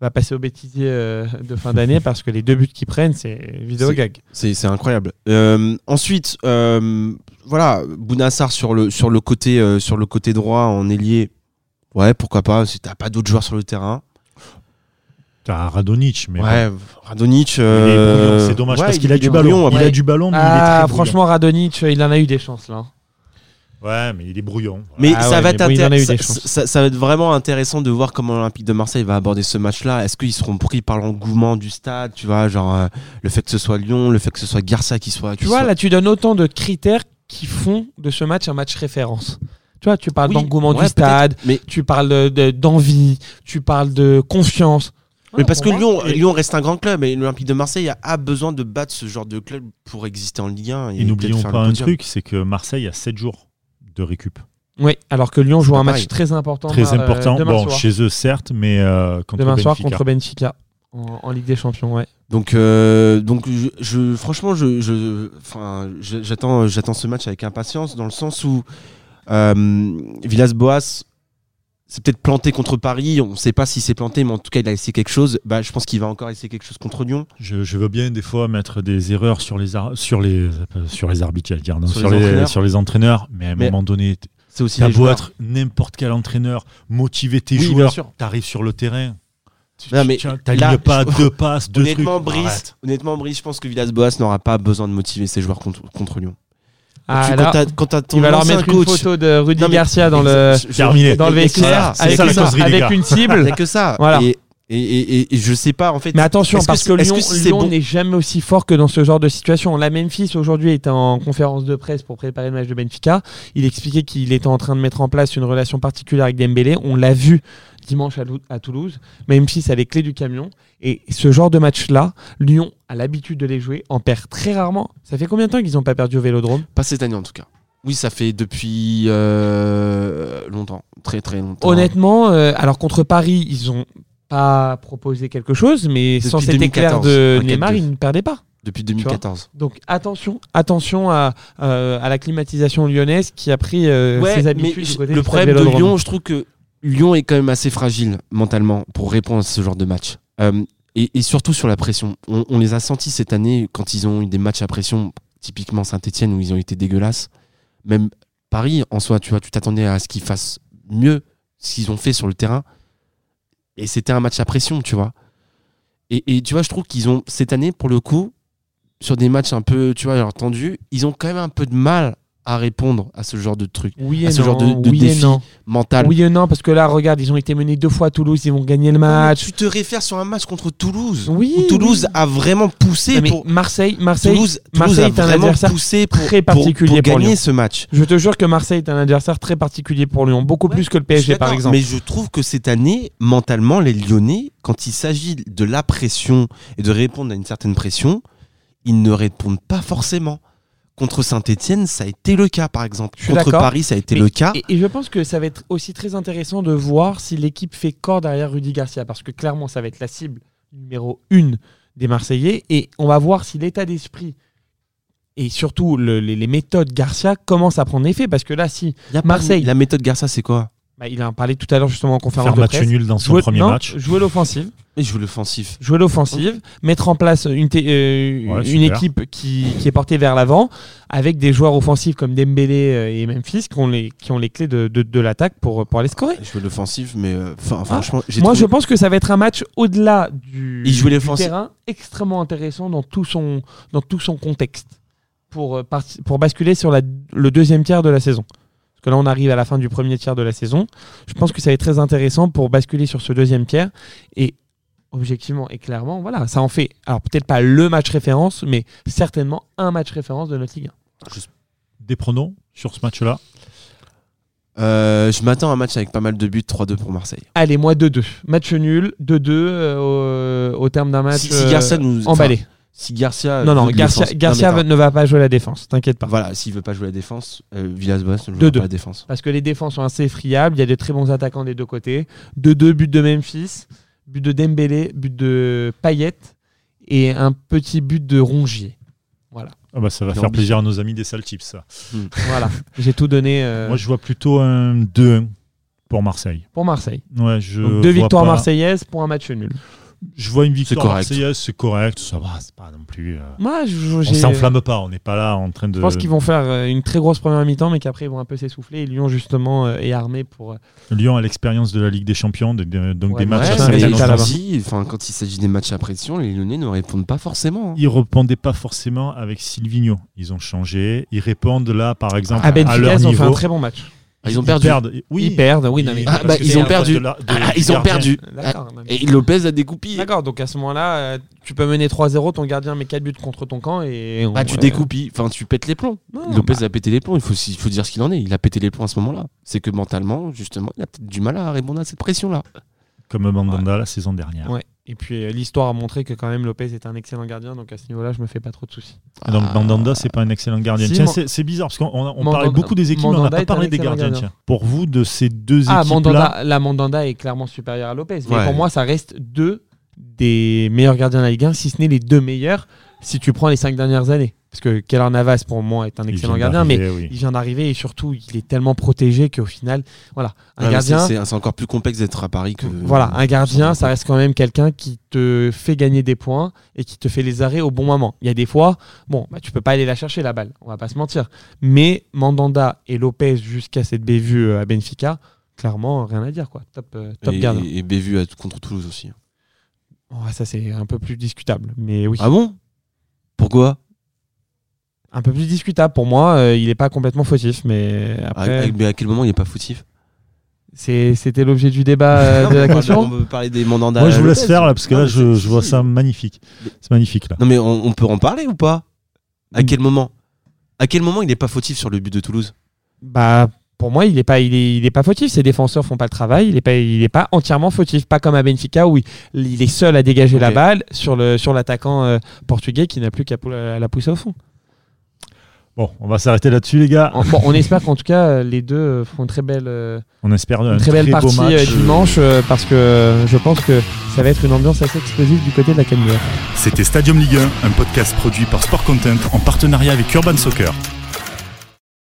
Speaker 3: va passer au bêtisier euh, de fin d'année parce que les deux buts qu'ils prennent, c'est vidéo
Speaker 4: C'est-
Speaker 3: gag.
Speaker 4: C'est c'est incroyable. Euh, ensuite, euh, voilà, Bounassar sur le, sur, le côté, euh, sur le côté droit en ailier. Ouais, pourquoi pas, si t'as pas d'autres joueurs sur le terrain.
Speaker 2: T'as Radonic, mais
Speaker 4: ouais, Radonic.
Speaker 2: bon, il est
Speaker 4: euh,
Speaker 2: brouillon, c'est dommage
Speaker 4: ouais,
Speaker 2: parce
Speaker 4: il
Speaker 2: qu'il
Speaker 4: est
Speaker 2: a du
Speaker 4: brouillon,
Speaker 2: ballon. Il
Speaker 4: après.
Speaker 2: a du ballon, mais il est
Speaker 3: Ah,
Speaker 2: très brouillon.
Speaker 3: franchement, Radonic, il en a eu des chances là.
Speaker 2: Ouais, mais il est brouillon.
Speaker 4: Mais
Speaker 3: Ah
Speaker 4: ça
Speaker 3: ouais,
Speaker 4: va
Speaker 3: mais
Speaker 4: être
Speaker 3: bon, il en a eu des
Speaker 4: intér- ça-
Speaker 3: chances.
Speaker 4: ça- ça va être vraiment intéressant de voir comment l'Olympique de Marseille va aborder ce match-là. Est-ce qu'ils seront pris par l'engouement du stade, tu vois, genre euh, le fait que ce soit Lyon, le fait que ce soit Garça qui soit.
Speaker 3: Tu
Speaker 4: qui
Speaker 3: vois,
Speaker 4: soit-
Speaker 3: là, tu donnes autant de critères qui font de ce match un match référence. Tu vois, tu parles
Speaker 4: Oui,
Speaker 3: d'engouement
Speaker 4: ouais,
Speaker 3: du stade,
Speaker 4: mais-
Speaker 3: tu parles de- de- d'envie, tu parles de confiance.
Speaker 4: mais parce que
Speaker 3: Voilà, pour
Speaker 4: Lyon,
Speaker 3: moi, et-
Speaker 4: Lyon reste un grand club et l'Olympique de Marseille a, a besoin de battre ce genre de club pour exister en Ligue 1.
Speaker 2: Et n'oublions
Speaker 4: peut-être faire
Speaker 2: pas
Speaker 4: le
Speaker 2: un
Speaker 4: podium.
Speaker 2: truc, c'est que Marseille a 7 jours de récup.
Speaker 3: Oui, alors que Lyon joue
Speaker 4: pas
Speaker 3: un match
Speaker 4: pareil.
Speaker 3: très important.
Speaker 2: Très
Speaker 3: euh,
Speaker 2: important.
Speaker 3: demain
Speaker 2: Bon,
Speaker 3: soir.
Speaker 2: chez eux, certes, mais euh, contre
Speaker 3: demain
Speaker 2: Benfica.
Speaker 3: soir contre Benfica en, en Ligue des Champions. Ouais.
Speaker 4: Donc, euh, donc je, je- franchement, je, je- enfin, je- j'attends, j'attends ce match avec impatience dans le sens où euh, Villas-Boas s'est peut-être planté contre Paris. On ne sait pas s'il s'est planté, mais en tout cas, il a essayé quelque chose. Bah, je pense qu'il va encore essayer quelque chose contre Lyon.
Speaker 2: Je, je veux bien des fois mettre des erreurs sur les ar- sur les euh, sur les arbitres, j'allais dire, non,
Speaker 4: Sur
Speaker 2: sur,
Speaker 4: les
Speaker 2: les,
Speaker 4: entraîneurs.
Speaker 2: sur les entraîneurs, mais à un
Speaker 4: Mais
Speaker 2: moment donné, t-
Speaker 4: C'est aussi
Speaker 2: t'as
Speaker 4: les
Speaker 2: beau
Speaker 4: joueurs.
Speaker 2: être n'importe quel entraîneur, motiver tes
Speaker 4: Oui, bien
Speaker 2: joueurs,
Speaker 4: sûr.
Speaker 2: t'arrives sur le terrain, tu-
Speaker 4: Non,
Speaker 2: tu-
Speaker 4: mais
Speaker 2: tu- t'alignes
Speaker 4: là,
Speaker 2: pas
Speaker 4: je-
Speaker 2: deux passes, deux trucs.
Speaker 4: Honnêtement, Brice,
Speaker 2: Arrête.
Speaker 4: honnêtement, Brice, je pense que Villas-Boas n'aura pas besoin de motiver ses joueurs contre, contre Lyon.
Speaker 3: Ah,
Speaker 4: tu,
Speaker 3: là,
Speaker 4: quand t'as- quand t'as ton
Speaker 3: il va leur
Speaker 4: ancien
Speaker 3: mettre
Speaker 4: coach-
Speaker 3: une photo de Rudy
Speaker 4: Non, mais-
Speaker 3: Garcia dans le,
Speaker 4: Je- je-
Speaker 2: Terminé.
Speaker 3: dans le
Speaker 4: Et- et
Speaker 3: VXR
Speaker 4: ça, c'est
Speaker 3: avec,
Speaker 2: ça, la
Speaker 3: une-
Speaker 2: causerie, les
Speaker 3: avec
Speaker 2: gars.
Speaker 3: une
Speaker 4: Il
Speaker 3: cible.
Speaker 4: n'y a que ça.
Speaker 3: Voilà.
Speaker 4: Et, et, et, et je sais pas, en fait.
Speaker 3: Mais attention,
Speaker 4: Est-ce que
Speaker 3: parce
Speaker 4: c'est-
Speaker 3: que,
Speaker 4: est-ce
Speaker 3: Lyon
Speaker 4: que c'est
Speaker 3: Lyon
Speaker 4: bon
Speaker 3: n'est jamais aussi fort que dans ce genre de situation. La Memphis aujourd'hui était en conférence de presse pour préparer le match de Benfica. Il expliquait qu'il était en train de mettre en place une relation particulière avec Dembélé. On l'a vu dimanche à Lou- à Toulouse. Memphis a les clés du camion. Et ce genre de match-là, Lyon a l'habitude de les jouer, en perd très rarement. Ça fait combien de temps qu'ils n'ont pas perdu au Vélodrome
Speaker 4: Pas cette année en tout cas. Oui, ça fait depuis euh, longtemps, très très longtemps.
Speaker 3: Honnêtement, euh, alors contre Paris, ils ont pas proposé quelque chose, mais
Speaker 4: Depuis
Speaker 3: sans cet éclair
Speaker 4: 2014,
Speaker 3: de
Speaker 4: un
Speaker 3: Neymar,
Speaker 4: 4-2.
Speaker 3: ils ne perdaient pas.
Speaker 4: Depuis 2014.
Speaker 3: Donc attention, attention à, euh, à la climatisation lyonnaise qui a pris euh, ses habitudes du côté
Speaker 4: le
Speaker 3: du stade
Speaker 4: problème de
Speaker 3: Vélodrome.
Speaker 4: Lyon, je trouve que Lyon est quand même assez fragile mentalement pour répondre à ce genre de match. Euh, et, et surtout sur la pression. On, on les a sentis cette année quand ils ont eu des matchs à pression, typiquement Saint-Etienne où ils ont été dégueulasses. Même Paris en soi, tu vois, tu t'attendais à ce qu'ils fassent mieux ce qu'ils ont fait sur le terrain. Et c'était un match à pression, tu vois. Et, et tu vois, je trouve qu'ils ont, cette année, pour le coup, sur des matchs un peu, tu vois, genre tendus, ils ont quand même un peu de mal à répondre à ce genre de truc
Speaker 3: oui
Speaker 4: à
Speaker 3: et
Speaker 4: ce
Speaker 3: non,
Speaker 4: genre de- de
Speaker 3: oui
Speaker 4: défi
Speaker 3: et non,
Speaker 4: mental.
Speaker 3: oui et non, parce que là, regarde, ils ont été menés deux fois à Toulouse, ils vont gagner le match.
Speaker 4: Tu te réfères sur un match contre Toulouse.
Speaker 3: Oui,
Speaker 4: où Toulouse
Speaker 3: oui.
Speaker 4: a vraiment poussé
Speaker 3: Non, mais
Speaker 4: pour.
Speaker 3: Marseille, Marseille.
Speaker 4: Toulouse, Toulouse
Speaker 3: Marseille
Speaker 4: a
Speaker 3: est un
Speaker 4: vraiment
Speaker 3: adversaire
Speaker 4: poussé pour,
Speaker 3: très
Speaker 4: pour- pour
Speaker 3: particulier pour
Speaker 4: gagner
Speaker 3: Lyon.
Speaker 4: ce match.
Speaker 3: Je te jure que Marseille est un adversaire très particulier pour Lyon, beaucoup
Speaker 4: Ouais,
Speaker 3: plus que le
Speaker 4: Je suis
Speaker 3: PSG
Speaker 4: d'accord,
Speaker 3: par exemple.
Speaker 4: Mais je trouve que cette année, mentalement, les Lyonnais, quand il s'agit de la pression et de répondre à une certaine pression, ils ne répondent pas forcément. Contre Saint-Etienne, ça a été le cas, par exemple.
Speaker 3: suis
Speaker 4: Contre
Speaker 3: d'accord.
Speaker 4: Paris, ça a été
Speaker 3: Mais-
Speaker 4: le cas.
Speaker 3: Et, et je pense que ça va être aussi très intéressant de voir si l'équipe fait corps derrière Rudy Garcia, parce que clairement, ça va être la cible numéro une des Marseillais. Et on va voir si l'état d'esprit et surtout le- les, les méthodes Garcia commencent à prendre effet, parce que là, si
Speaker 4: Il y a pas-
Speaker 3: Marseille.
Speaker 4: La méthode Garça, c'est quoi
Speaker 3: bah, il en parlait tout à l'heure justement en conférence
Speaker 2: Faire
Speaker 3: de
Speaker 2: match
Speaker 3: presse.
Speaker 2: nul dans son
Speaker 3: jouer-
Speaker 2: premier
Speaker 3: non,
Speaker 2: match.
Speaker 3: jouer l'offensive,
Speaker 4: Mais je veux l'offensif.
Speaker 3: jouer l'offensive, mettre en place une, té- euh,
Speaker 2: Ouais,
Speaker 3: une
Speaker 2: super.
Speaker 3: équipe qui, qui est portée vers l'avant avec des joueurs offensifs comme Dembélé euh, et Memphis qui ont les, qui ont les clés de, de- de l'attaque pour, pour aller scorer.
Speaker 4: Je veux l'offensif, mais euh, enfin, franchement, j'ai
Speaker 3: Ah, Moi,
Speaker 4: trouvé-
Speaker 3: je pense que ça va être un match au-delà du,
Speaker 4: Il jouait
Speaker 3: du
Speaker 4: l'offensive.
Speaker 3: terrain extrêmement intéressant dans tout son, dans tout son contexte pour, euh, par- pour basculer sur la- le deuxième tiers de la saison. Parce que là, on arrive à la fin du premier tiers de la saison. Je pense que ça va être très intéressant pour basculer sur ce deuxième tiers. Et objectivement et clairement, voilà, ça en fait. Alors, peut-être pas le match référence, mais certainement un match référence de notre Ligue
Speaker 2: des pronos sur ce match-là.
Speaker 4: Euh, je m'attends à un match avec pas mal de buts, 3-2 pour Marseille.
Speaker 3: Allez, moi 2-2. Match nul, 2-2 euh, au, au terme d'un match
Speaker 4: si, si Garcia
Speaker 3: euh,
Speaker 4: nous. enfin,
Speaker 3: emballé.
Speaker 4: Si Garcia. euh,
Speaker 3: non, non,
Speaker 4: veut de
Speaker 3: Garcia,
Speaker 4: défense- Non,
Speaker 3: Garcia
Speaker 4: mais attends.
Speaker 3: ne va pas jouer la défense, t'inquiète pas.
Speaker 4: Voilà, s'il veut pas jouer la défense, euh, Villas-Boas ne joue
Speaker 3: 2-2.
Speaker 4: pas la défense.
Speaker 3: Parce que les défenses sont assez friables, il y a des très bons attaquants des deux côtés. 2-2, but de Memphis, but de Dembélé, but de Payet et un petit but de Rongier.
Speaker 2: Ah bah, ça va
Speaker 4: Non,
Speaker 2: faire
Speaker 4: mais- Euh.
Speaker 2: plaisir à nos amis des sales chips, ça.
Speaker 3: Voilà, j'ai tout donné euh,
Speaker 2: Moi, je vois plutôt un 2-1 pour Marseille.
Speaker 3: pour Marseille.
Speaker 2: Ouais, je
Speaker 3: Donc deux
Speaker 2: vois
Speaker 3: victoires
Speaker 2: pas-
Speaker 3: marseillaises pour un match nul.
Speaker 2: Je vois une
Speaker 4: C'est
Speaker 2: victoire
Speaker 4: correct.
Speaker 2: marseillaise, c'est correct, ça va, c'est pas non plus. euh,
Speaker 3: Moi, je, je-
Speaker 2: On
Speaker 3: j'ai-
Speaker 2: s'enflamme pas, on n'est pas là en train de.
Speaker 3: je pense qu'ils vont faire euh, une très grosse première mi-temps, mais qu'après ils vont un peu s'essouffler. Et Lyon, justement, euh, est armé pour. euh,
Speaker 2: Lyon a l'expérience de la Ligue des Champions, de- de- donc
Speaker 3: Ouais,
Speaker 2: des
Speaker 3: mais
Speaker 2: matchs
Speaker 3: ouais,
Speaker 2: à
Speaker 3: mais
Speaker 2: très
Speaker 3: il
Speaker 4: mais
Speaker 3: est à
Speaker 2: long
Speaker 3: la
Speaker 2: terme.
Speaker 4: si, enfin, quand il s'agit des matchs à pression, les Lyonnais ne répondent pas forcément. hein.
Speaker 2: Ils répondaient pas forcément avec Silvino. Ils ont changé. Ils répondent là, par exemple, à,
Speaker 3: à Ah, Benfica,
Speaker 2: leur
Speaker 3: ils ont fait un
Speaker 2: niveau.
Speaker 3: très bon match.
Speaker 4: Ils ont perdu.
Speaker 2: perdent. Oui.
Speaker 3: Ils perdent, oui, non, mais.
Speaker 4: Ah,
Speaker 2: parce
Speaker 4: bah,
Speaker 2: que
Speaker 4: ils
Speaker 2: c'est
Speaker 4: ont
Speaker 2: la place
Speaker 4: perdu.
Speaker 2: de la- de-
Speaker 4: Ah,
Speaker 2: du
Speaker 4: ils ont
Speaker 2: gardien.
Speaker 4: perdu.
Speaker 3: D'accord. non, mais-
Speaker 4: Et Lopez a découpillé.
Speaker 3: D'accord, donc à ce moment-là, euh, tu peux mener 3-0, ton gardien met 4 buts contre ton camp et. on-
Speaker 4: Ah, tu
Speaker 3: euh,
Speaker 4: découpilles. Enfin, tu pètes les plombs.
Speaker 3: non, non,
Speaker 4: Lopez
Speaker 3: bah,
Speaker 4: a pété les plombs. Il faut, il faut dire ce qu'il en est. Il a pété les plombs à ce moment-là. C'est que mentalement, justement, il a peut-être du mal à répondre à cette pression-là.
Speaker 2: Comme Mandanda la saison dernière.
Speaker 3: ouais. Et puis euh, l'histoire a montré que quand même Lopez est un excellent gardien, donc à ce niveau-là, je me fais pas trop de soucis.
Speaker 2: Donc
Speaker 4: Ah.
Speaker 2: Mandanda, c'est pas un excellent gardien.
Speaker 3: Si,
Speaker 2: Tiens,
Speaker 3: Mon-
Speaker 2: c'est- c'est bizarre parce qu'on on- on
Speaker 3: Mandanda-
Speaker 2: parlait beaucoup des équipes, mais on n'a
Speaker 3: Mandanda
Speaker 2: pas
Speaker 3: est un
Speaker 2: parlé des
Speaker 3: excellent
Speaker 2: gardiens.
Speaker 3: gardien.
Speaker 2: tiens. Pour vous, de ces deux
Speaker 3: Ah,
Speaker 2: équipes-là,
Speaker 3: Mandanda, la Mandanda est clairement supérieure à Lopez. Mais
Speaker 4: Ouais.
Speaker 3: pour moi, ça reste deux des meilleurs gardiens de la Ligue 1, si ce n'est les deux meilleurs, si tu prends les cinq dernières années. Parce que Keller Navas, pour moi, est un
Speaker 2: il
Speaker 3: excellent
Speaker 2: vient
Speaker 3: gardien, mais
Speaker 2: d'arriver, oui.
Speaker 3: il vient d'arriver et surtout, il est tellement protégé qu'au final, voilà, un
Speaker 4: Ouais, mais
Speaker 3: gardien.
Speaker 4: Ah, c'est- C'est c'est encore plus complexe d'être à Paris que.
Speaker 3: Voilà, un gardien, ça reste quand même quelqu'un qui te fait gagner des points et qui te fait les arrêts au bon moment. Il y a des fois, bon, bah, tu peux pas aller la chercher la balle, on va pas se mentir. Mais Mandanda et Lopez jusqu'à cette bévue euh, à Benfica, clairement, rien à dire quoi. Top, euh, top
Speaker 4: et,
Speaker 3: gardien.
Speaker 4: et Bévu à- contre Toulouse aussi. hein.
Speaker 3: Ouais, ça c'est un peu plus discutable, mais oui,
Speaker 4: Ah bon Pourquoi
Speaker 3: un peu plus discutable pour moi. euh, il est pas complètement fautif, mais
Speaker 4: À- à-
Speaker 3: après,
Speaker 4: Ah, mais à quel moment il n'est pas fautif
Speaker 3: c'est- c'était l'objet du débat euh, de la
Speaker 4: On
Speaker 3: question.
Speaker 4: peut parler des
Speaker 3: Bah,
Speaker 4: mandandats.
Speaker 2: Moi, je vous
Speaker 4: Lopez.
Speaker 2: laisse faire là parce que
Speaker 4: Non,
Speaker 2: là,
Speaker 4: mais
Speaker 2: je,
Speaker 4: c'est-
Speaker 2: je vois
Speaker 4: si.
Speaker 2: ça magnifique. C'est magnifique là.
Speaker 4: Non, mais on, on peut en parler ou pas À
Speaker 3: Mm.
Speaker 4: quel moment À quel moment il n'est pas fautif sur le but de Toulouse
Speaker 3: Bah, pour moi, il n'est pas, il est, il est pas fautif. Ses défenseurs font pas le travail. Il n'est pas, il est pas entièrement fautif. Pas comme à Benfica où il, il est seul à dégager
Speaker 4: Ok.
Speaker 3: la balle sur le sur l'attaquant euh, portugais qui n'a plus qu'à pou- à la pousser au fond.
Speaker 2: Bon, on va s'arrêter là-dessus, les gars.
Speaker 3: En- bon, on espère qu'en tout cas euh, les deux euh, feront une très belle, euh,
Speaker 2: On espère
Speaker 3: une
Speaker 2: un
Speaker 3: très belle
Speaker 2: beau
Speaker 3: partie
Speaker 2: match.
Speaker 3: euh, dimanche euh, parce que euh, je pense que ça va être une ambiance assez explosive du côté de la Canuère.
Speaker 1: C'était Stadium Ligue 1, un podcast produit par Sport Content en partenariat avec Urban Soccer.